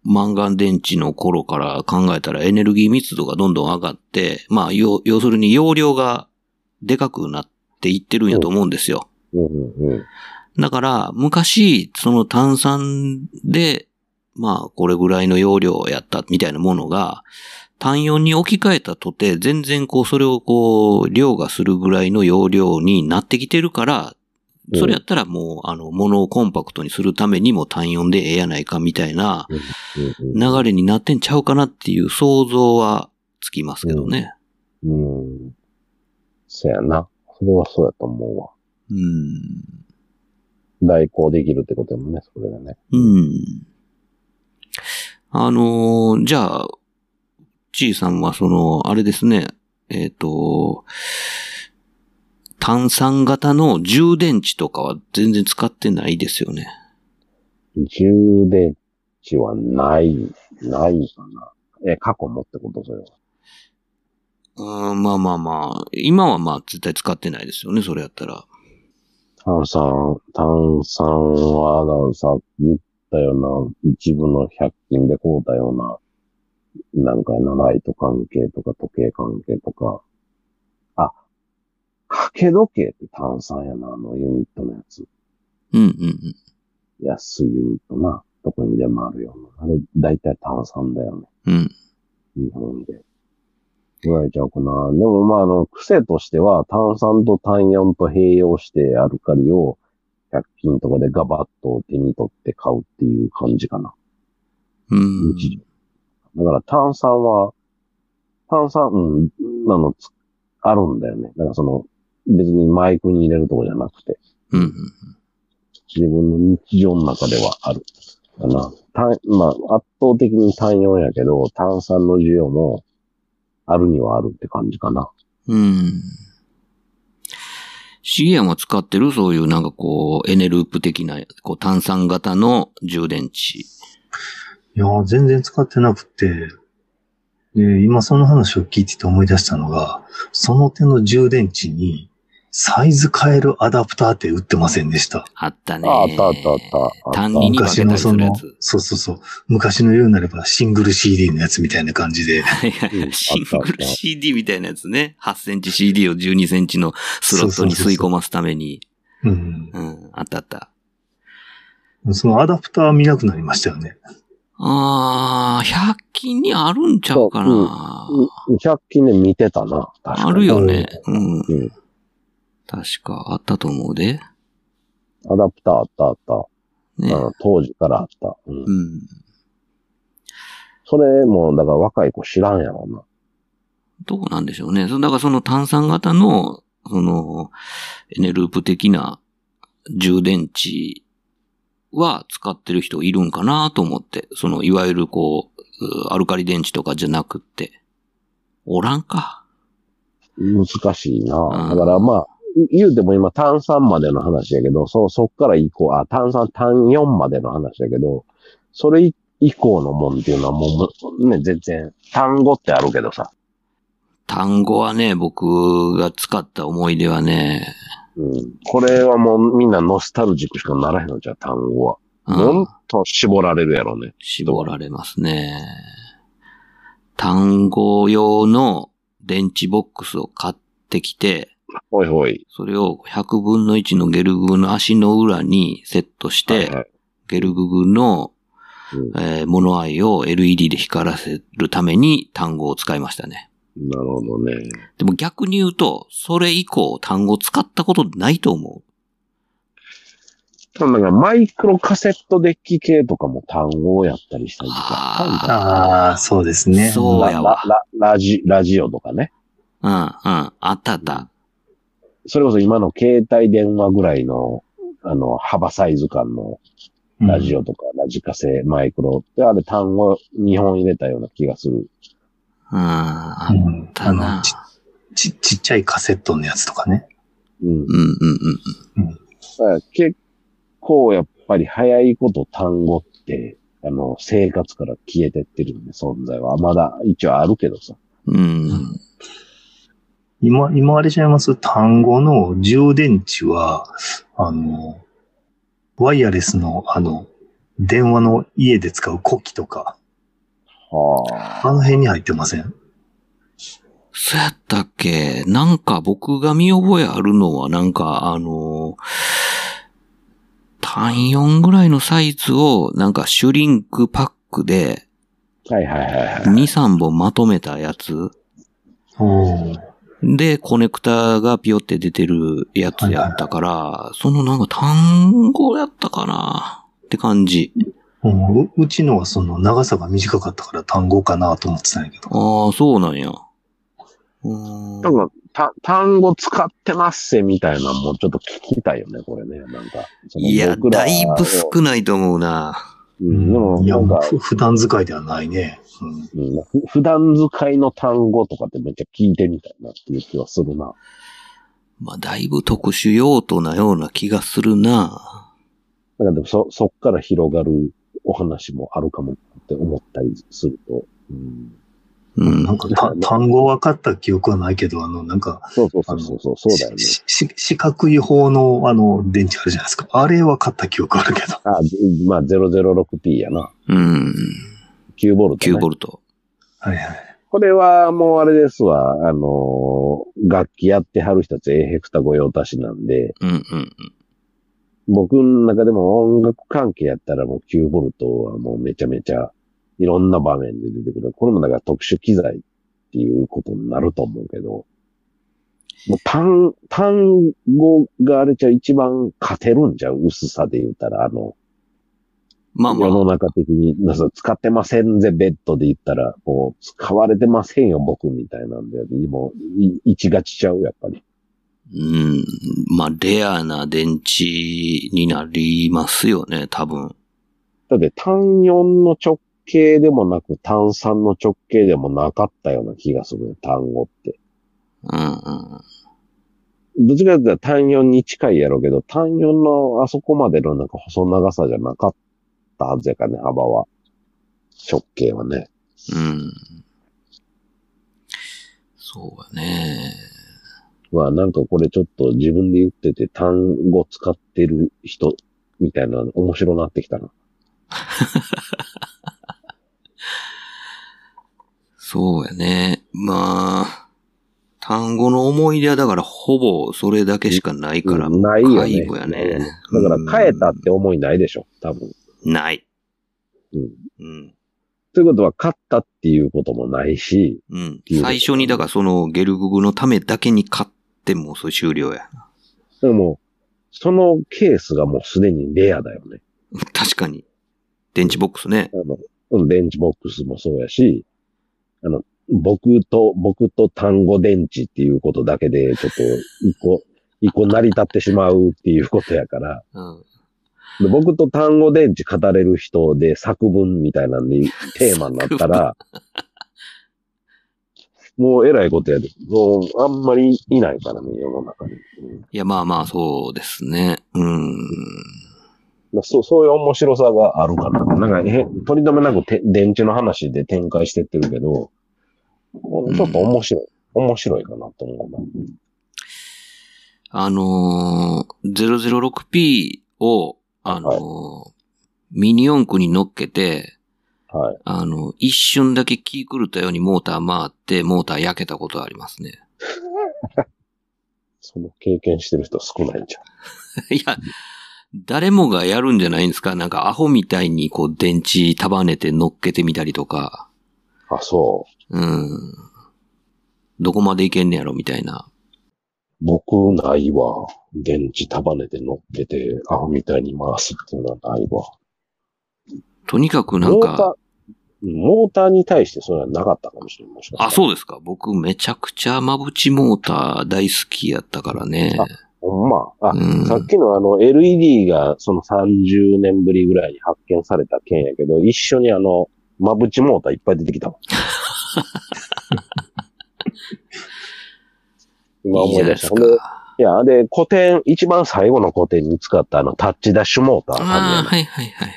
マンガン電池の頃から考えたらエネルギー密度がどんどん上がって、まあ、要要するに容量がでかくなっていってるんやと思うんですよ。うんうんうん。だから、昔、その炭酸で、まあ、これぐらいの容量やったみたいなものが、単4に置き換えたとて、全然こう、それをこう、量がするぐらいの容量になってきてるから、それやったらもう、あの、物をコンパクトにするためにも単4でええやないかみたいなうんうん流れになってんちゃうかなっていう想像はつきますけどね。うん。そやな。それはそうやと思うわ。うん。代行できるってことでもね、それがね。うん。あのーじゃあ、ちいさんはその、あれですね、えっ、と、炭酸型の充電池とかは全然使ってないですよね。充電池はない、ないかな。え、過去もってことそれは。うん、まあまあまあ、今はまあ絶対使ってないですよね、それやったら。炭酸、炭酸は、なんかさっき言ったような、一部の百均でこうだような、なんかな、ライト関係とか時計関係とか。あ、掛け時計って炭酸やな、あのユニットのやつ。うんうんうん。安いユニットな、どこにでもあるような。あれ、だいたい炭酸だよね。うん。日本で。言われちゃうかな。でもまあ、あの、癖としては、炭酸と単四と併用してアルカリを100均とかでガバッと手に取って買うっていう感じかな。うん。日常だから炭酸は、炭酸、うん、なのつ、あるんだよね。だからその、別にマイクに入れるとこじゃなくて。うんうん。自分の日常の中ではある。かな。単、まあ、圧倒的に単4やけど、炭酸の需要も、あるにはあるって感じかな。うん。シゲアンは使ってるそういうなんかこう、エネループ的な、こう炭酸型の充電池。いやー、全然使ってなくて、で、今その話を聞いてて思い出したのが、その手の充電池にサイズ変えるアダプターって売ってませんでした。あったね。ああったあったあったあった単にに分け昔たのりすそるやの つ。、そうそうそう、昔のようになればシングル CD のやつみたいな感 じで、はいはいうんシングル CD みたいなやつね。8センチ CD を12センチのスロットに吸い込ますために。うん。うん、あったあった。そのアダプター見なくなりましたよね。あー、100均にあるんちゃうかな。 100均で見てたな。確かにあるよね。うん。うん確かあったと思うで。アダプターあったあった。ね。あの当時からあった、うんうん。それも、だから若い子知らんやろな。どうなんでしょうね。そのだからその炭酸型の、その、エネループ的な充電池は使ってる人いるんかなと思って。その、いわゆるこううー、アルカリ電池とかじゃなくって。おらんか。難しいうんな。だからまあ、い言うても今炭酸までの話やけど、そ、そっから以降、あ、炭酸単4までの話やけど、それ以降のもんっていうのはもうむ、ね、全然、単語ってあるけどさ。単語はね、僕が使った思い出はね、うん。これはもうみんなノスタルジックしかならへんのじゃう、単語は。うもんっ、と絞られるやろね。絞られますね。単語用の電池ボックスを買ってきて、ほいほい。それを100分の1のゲルググの足の裏にセットして、はいはいゲルググの、うんえー物合いを LED で光らせるために単語を使いましたね。なるほどね。でも逆に言うと、それ以降単語使ったことないと思ただなんかマイクロカセットデッキ系とかも単語をやったりしたりとあーか。ああ、そうですね。そうラやラわララジ、ラジオとかね。う。うん、うん、あったあった。それこそ今の携帯電話ぐらいの、ああの、幅サイズ感のラジオ。オとか、ラジカセ、マイクロって、あれ単語2本入れたような気がする。うん。あうん、たなのちち、ちっちゃいカセットのやつとかね。うん。うんうんうん。だから結構やっぱり早いこと単語って、あの、生活から消えてってるんで、存在は。まだ一応あるけどさ。うん。今、今あれちゃいます単語の充電池は、あの、ワイヤレスの、あの、電話の家で使うコキとか、はあの辺に入ってませんそうやったっけなんか僕が見覚えあるのは、なんかあのー単4ぐらいのサイズを、なんかシュリンクパックで、いはいはいはい。 2、3本まとめたやつ。おーで、コネクタがピヨって出てるやつやったから、そのなんか単語やったかなって感じ。うんううちのはその長さが短かったから単語かなと思ってたんやけど。ああ、そうなんや。うーんなんか、た、単語使ってますせみたいなのもちょっと聞きたいよね、これね。なんか。そのいや、僕らだをいぶ少ないと思うな。うん、でも、いや、なんか、ふ普段使いではないね。うんうんふ普段使いの単語とかってめっちゃ聞いてみたいなっていう気はするな。まあ、だいぶ特殊用途なような気がするな。なんかでもそ、そっから広がるお話もあるかもって思ったりすると。うん、うなん ん。かた単語分かった記憶はないけど、あの、なんか、そうそうそうそうそう、そうだよね。しし四角い方の、あの、電池あるじゃないですか。あれ分かった記憶あるけど。あ、でまあ、006P やな。うん。 9ボルト、ね。 9ボルト。はいはい。これはもうあれですわ。あのー楽器やってはる人たちエヘクタ御用達なんで、うんうん僕の中でも音楽関係やったらもう9ボルトはもうめちゃめちゃいろんな場面で出てくる。これもだから特殊機材っていうことになると思うけど、もう単、単語があれちゃう一番勝てるんじゃう薄さで言うたら、あの、まあま世のあ、中的に、なんか使ってませんぜ、ベッドで言ったら、こう、使われてませんよ、僕みたいなんで、もう、い、いちがちちゃう、やっぱり。うん。まあ、レアな電池になりますよね、多分。だって、単4の直径でもなく、単3の直径でもなかったような気がするね、単語って。うんうん。どっちかというと単4に近いやろうけど、単4のあそこまでのなんか細長さじゃなかったはずやからね、幅は。直径はね。うん。そうだね。まあなんかこれちょっと自分で言ってて単語使ってる人みたいなの面白なってきたな。そうやね。まあ、単語の思い出はだからほぼそれだけしかないから、うんないよね皆無やね。だから変えたうっんて思いないでしょ、多分。ない。うん。うん。ということは勝ったっていうこともないし、うんていう。最初にだからそのゲルググのためだけに買ってもうそれ終了や。 でも、そのケースがもうすでにレアだよね。確かに。電池ボックスねあ。の、うん電池ボックスもそうやし、あの、僕と、僕と単語電池っていうことだけで、ちょっと、一個、 一個成り立ってしまうっていうことやから、うん。で僕と単語電池語れる人で作文みたいなんでテーマになったら、もうえらいことやで。もうあんまりいないからね、世の中に。うんいや、まあまあ、そうですね。うん。まあ、そうそういう面白さがあるかな。なんか、へ取り留めなくて電池の話で展開してってるけど、もうちょっと面白い。面白いかなと思うあのー、006P を、あのーミニ四駆に乗っけて、な。はい。あの、一瞬だけ気狂ったようにモーター回って、モーター焼けたことありますね。 その経験してる人少ないんじゃいや、誰もがやるんじゃないんですかなんかアホみたいにこう電池束ねて乗っけてみたりとか、ん。あ、そう。うん。どこまでいけんねやろみたいな。僕ないわ。電池束ねて乗っけて、アホみたいに回すっていうのはないわ。とにかくなんモーターか、、モーターに対してそれはなかったかもしれない。もしかしたらあ、そうですか。僕めちゃくちゃマブチモーター大好きやったからね。ほんま。あ、うんさっきのあの LED がその30年ぶりぐらいに発見された件やけど、一緒にあの、マブチモーターいっぱい出て きたもん。今いい思じいゃない出でした。すほんでか。いや、で、古典、一番最後の古典に使ったあのタッチダッシュモーターあるやああ、んはいはいはいはい。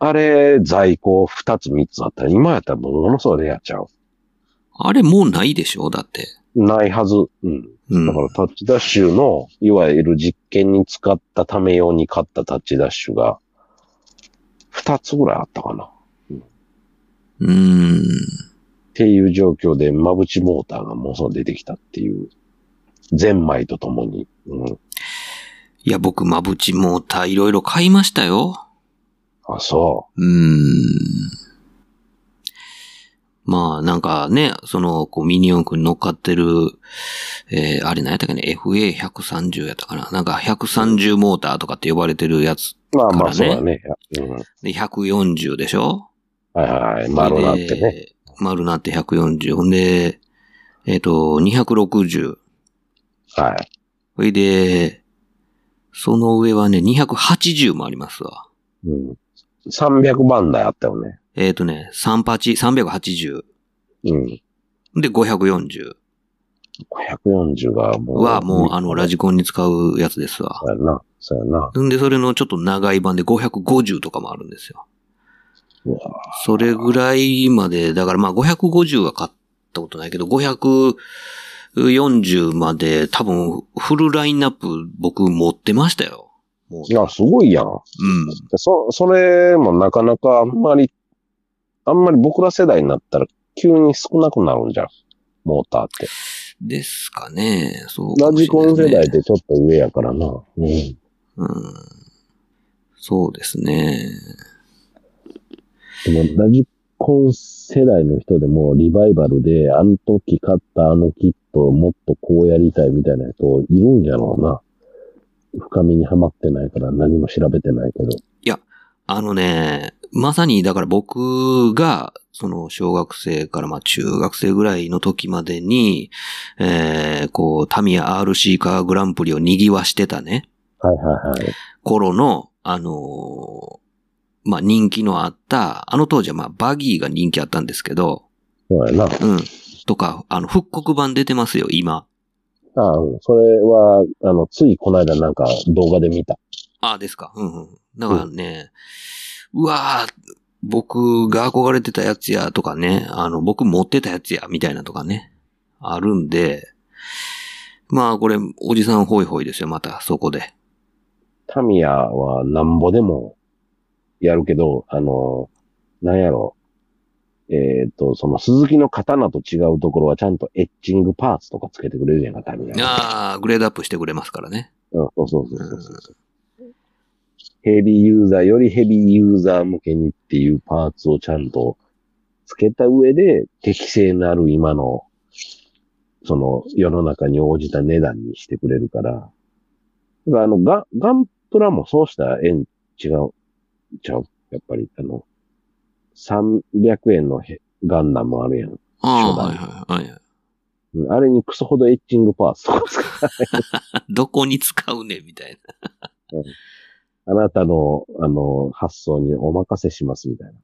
あれ、在庫2つ3つあったら、今やったらものすごいレアちゃう。あれもうないでしょだって。ないはず。うん。うんだからタッチダッシュの、いわゆる実験に使ったため用に買ったタッチダッシュが、2つぐらいあったかな。うーん。っていう状況で、マブチモーターがもうそう出てきたっていう。ゼンマイとともに。うん。いや、僕、まぶちモーターいろいろ買いましたよ。あ、そうーん。まあ、なんかね、その、こう、ミニ四駆に乗っかってる、えー、あれ何やったっけね、FA130 やったかな。なんか、130モーターとかって呼ばれてるやつ。う。まあまあ、からねそうだね。うん。で、140でしょはいはいはい。丸なってね。で。丸なって140。ほんで、えっ、と、260。はい。ほいで、その上はね、280もありますわ。うん。300番台あったよね。えっ、とね、38、380。うん。で、540 140がもう。はもう、あの、ラジコンに使うやつですわ。そうやな。そうやな。んで、それのちょっと長い版で550とかもあるんですよ。うわそれぐらいまで、だからまあ550は買ったことないけど、540まで多分フルラインナップ僕持ってましたよ。もいうや、すごいやん。うん。そ、それもなかなかあんまり、あんまり僕ら世代になったら急に少なくなるんじゃん。モーターって。ですかね。そうかラもしジれコないンです世ね代でちょっと上やからな。うん。うん。そうですね。でもラジコン世代の人でもリバイバルで、あの時買ったあのキットもっとこうやりたいみたいな人いるんやろうな。深みにはまってないから何も調べてないけど。あのね、まさにだから僕が、その小学生からまあ中学生ぐらいの時までに、えー、こう、タミヤ RC カーグランプリを賑わしてたね、はいはいはい。頃の、あのーまあ人気のあった、あの当時はまあバギーが人気あったんですけど、そうやな。うん。とか、あの、復刻版出てますよ、今。あうん。それは、あの、ついこの間なんか動画で見た。ああ、ですか。うんうん。だからね、うわー僕が憧れてたやつやとかね、あの、僕持ってたやつや、みたいなとかね、あるんで、まあこれ、おじさんホイホイですよ、また、そこで。タミヤはなんぼでもやるけど、あの、なんやろ。えっ、と、その鈴木の刀と違うところはちゃんとエッチングパーツとかつけてくれるやんか、タミヤ。ああ、グレードアップしてくれますからね。うん、そうそうそうう、そうんヘビーユーザーよりヘビーユーザー向けにっていうパーツをちゃんとつけた上で適正なる今の、その世の中に応じた値段にしてくれるから。だからあの、ガガンプラもそうしたら円違う、ちゃう。やっぱりあの、300円のヘガンダムあるやん。ああ、そうだはいねはいはいはい。 うんあれにクソほどエッチングパーツとか使うどこに使うねんみたいあなたの、あの、発想にお任せしますみたいな。な。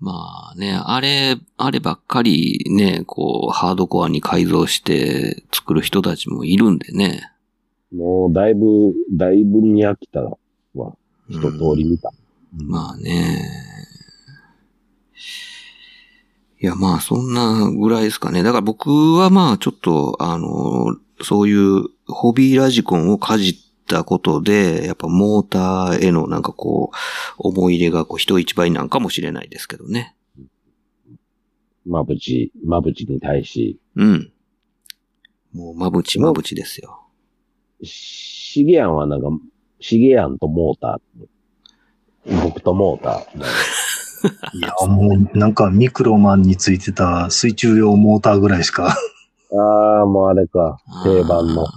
まあね、あれ、あればっかりね、こう、ハードコアに改造して作る人たちもいるんでね。もう、だいぶ、だいぶ見飽きたわ。うん一通り見た。まあね。いや、まあ、そんなぐらいですかね。だから僕はまあ、ちょっと、あの、そういうホビーラジコンをかじったことで、やっぱモーターへのなんかこう、思い入れがこう人一倍なんかもしれないですけどね。まぶち、まぶちに対し、うん。もう、まぶちまぶちですよ。しげやんはなんか、しげやんとモーター。僕とモーター。いや、もうなんかミクロマンについてた水中用モーターぐらいしか。ああ、もうあれか。定番の。あ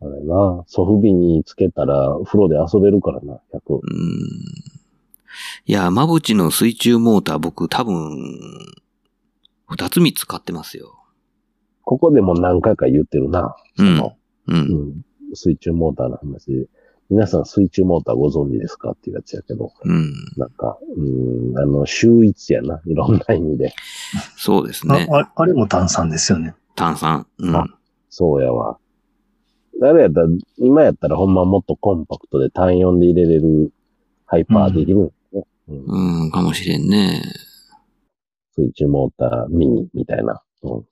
あれな。ソフビにつけたら、風呂で遊べるからな、100ー。うーん。いや、まぶちの水中モーター僕多分、二つ三つ買ってますよ。ここでも何回か言ってるな。うんそのうん。うん。水中モーターの話。皆さん水中モーターご存知ですかっていうやつやけど、うん。なんか、うん、あの、週一やな。いろんな意味で。そうですあね。ああれも炭酸ですよね。炭酸。うん。あそうやわ。あれやったら、今やったらほんまもっとコンパクトで単4で入れれるハイパーできるんですね、うんうん、かもしれんね。水中モーターミニみたいな。うん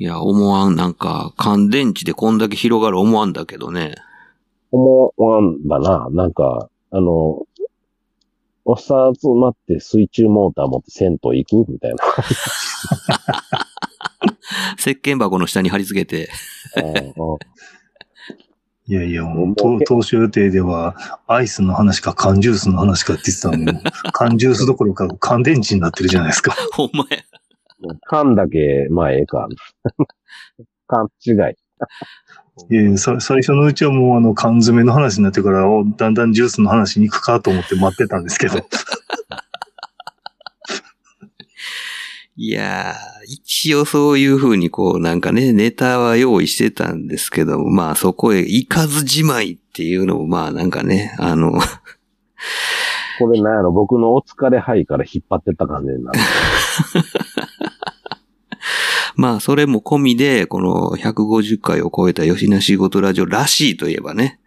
いや、思わん、なんか、乾電池でこんだけ広がる思わんだけどね。思わんだな。なんか、あの、おっさん集まって水中モーター持って銭湯行くみたいな。 石鹸箱の下に貼り付けて。 うんうんいやいや、ももうう、と当初予定では、アイスの話か缶ジュースの話かって言ってたの に、缶ジュースどころか乾電池になってるじゃないですか。ほんまや。缶だけ、まあええか。 勘違い。いやいやさ最初のうちはもうあの缶詰の話になってから、おだんだんジュースの話に行くかと思って待ってたんですけど。いやー、一応そういう風にこう、なんかね、ネタは用意してたんですけども、まあそこへ行かずじまいっていうのも、まあなんかね、あの、これなんやろ、僕のお疲れ肺から引っ張ってった感じになる。まあそれも込みで、この150回を超えた吉田仕事ラジオらしいといえ ばね、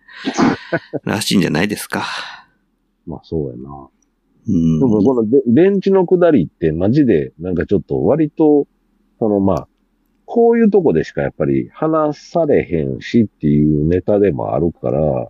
らしいんじゃないですか。まあそうやな。うんで。もこので電池の下りってマジで、なんかちょっと割と、そのまあ、こういうとこでしかやっぱり話されへんしっていうネタでもあるから、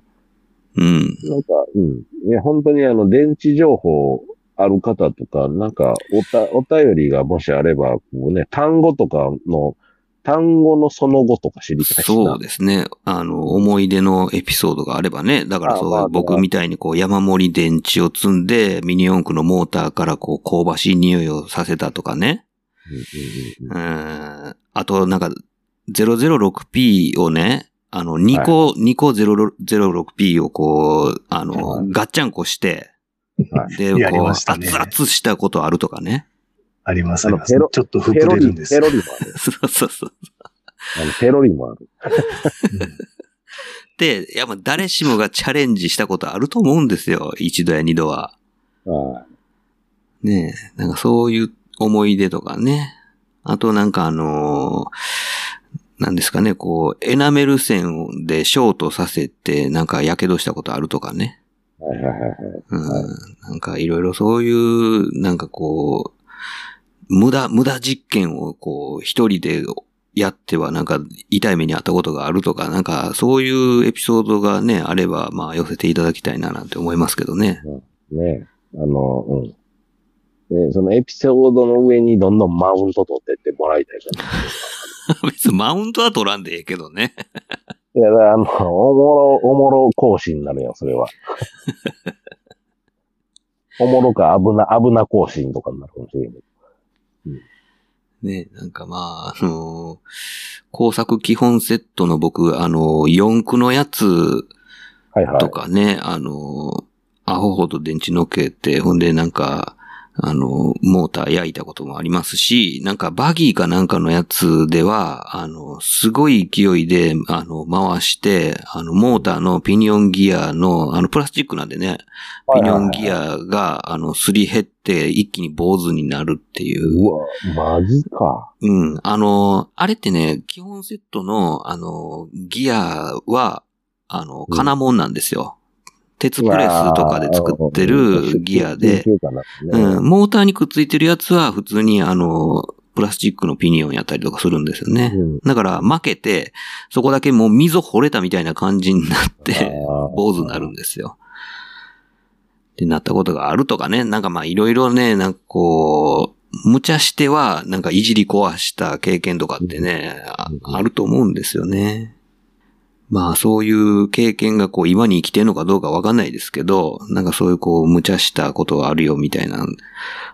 うん。なんか、うん。いや、本当にあの、電池情報ある方とか、なんか、おた、お便りがもしあれば、こうね、単語とかの、単語のその後とか知りたいしな。そうですね。あの、思い出のエピソードがあればね。だからあまそあう、僕みたいにこう山盛り電池を積んで、ミニ四駆のモーターからこう香ばしい匂いをさせたとかね。うんうんうんうん。あと、なんか、006P をね、あの、2個、2個 006P をこう、あはの、ガッチャンコして、はで、やりこう、まし熱たね々したことあるとかね。 あります、ありまあす。のペロちょっとペ膨ロれるリ、んでペす。ロリもある。そうそうそう。あの、ペロリもある。で、やっぱ誰しもがチャレンジしたことあると思うんですよ。一度や二度は。あねえ、なんかそういう思い出とかね。あとなんかあのーなんですかね、こう、エナメル線でショートさせて、なんか火傷したことあるとかね。あはいはいはいはい。うん。なんかいろいろそういう、なんかこう、無駄、無駄実験をこう、一人でやってはなんか痛い目にあったことがあるとか、なんかそういうエピソードがね、あれば、まあ寄せていただきたいななんて思いますけどね。ねえ、あの、うん。で、そのエピソードの上にどんどんマウント取ってってもらいたいかな。 別にマウントは取らんでええけどね。いや、だからあの、おもろ、おもろ講師になるよ、それ は。おもろか危な、危な講師とかになるかもしれない。 ね、なんかまあ、あのー工作基本セットの僕、あのー、四駆のやつはいはいと。かね、あのーアホほど電池のっけて、ほんでなんか、あのーモーター焼いたこともありますし、なんかバギーかなんかのやつでは、あのーすごい勢いで、あの回して、あの、モーターのピニオンギアの、あの、プラスチックなんでね、はピいはいニオはいンギアが、あの、すり減って、一気に坊主になるっていう。うわ、マジか。うん。あの、あれってね、基本セットの、あの、ギアは、あの、うん金物なんですよ。鉄プレスとかで作ってるギアで、うかなうねん、モーターにくっついてるやつは普通にあの、プラスチックのピニオンやったりとかするんですよね。うんだから負けて、そこだけもう溝掘れたみたいな感じになって、あー坊主になるんですよ。ってなったことがあるとかね、なんかまあいろいろね、なんかこう、無茶しては、なんかいじり壊した経験とかってね、あうんあると思うんですよね。まあそういう経験がこう今に生きてるのかどうかわかんないですけど、なんかそういうこう無茶したことがあるよみたいな、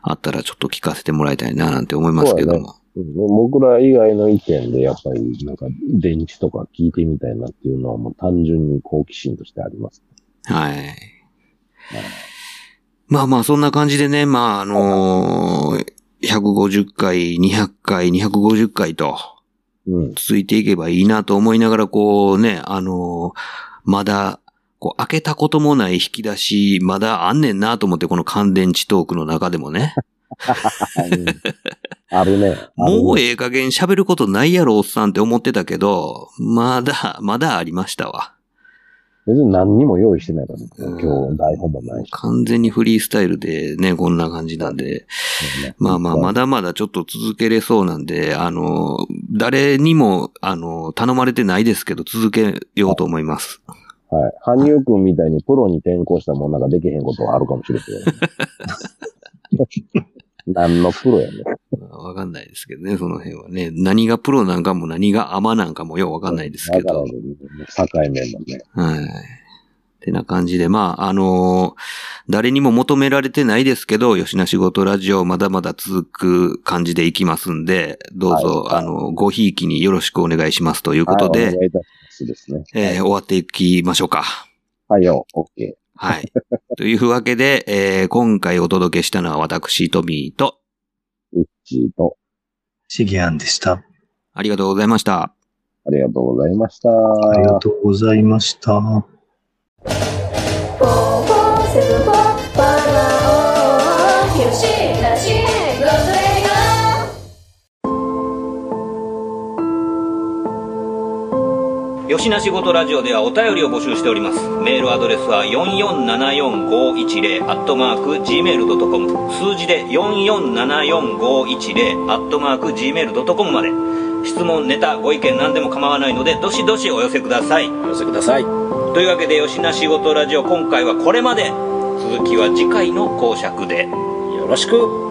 あったらちょっと聞かせてもらいたいななんて思いますけども。うん僕ら以外の意見で、やっぱり、なんか、電池とか聞いてみたいなっていうのは、もう単純に好奇心としてあります。はい。まあまあ、そんな感じでね、まあ、あのー150回、200回、250回と、 うん。ついていけばいいなと思いながら、こうね、あのーまだ、こう、開けたこともない引き出し、まだあんねんなと思って、この乾電池トークの中でも ね、あるね。あるもうねええ加減喋ることないやろ、おっさんって思ってたけど、まだ、まだありましたわ。別に何にも用意してないからね。うん今日台本もないし。完全にフリースタイルでね、こんな感じなんで、まあまあ、まだまだちょっと続けれそうなんで、あの、誰にも、あの、頼まれてないですけど、続けようと思います。はい。羽生くんみたいにプロに転向したもんなんかできへんことはあるかもしれ ない。何のプロやねん。まあわかんないですけどね、その辺はね。何がプロなんかも何がアマなんかもようわかんないですけどわ。からんけどね境目もね。はい。ってな感じで、まあ、あの誰にも求められてないですけど、吉田仕事ラジオまだまだ続く感じでいきますんで、どうぞ、はいあの、ごひいきによろしくお願いしますということはいでお、願いいたしますですね。えー終わっていきましょうか。はいよ、OK。はい。というわけで、えー今回お届けしたのは私、トミーと、うっちーと、シゲアンでした。ありがとうございましあた。りがとうございました。ありがとうございました。よしなしごとラジオではお便りを募集しておりますメールアドレスは4474510アットマーク Gmail.com 数字で4474510アットマーク Gmail.com まで質問ネタご意見何でも構わないのでどしどしお寄せくださいお寄せくださいというわけでよしなしごとラジオ今回はこれまで続きは次回の講釈でよろしく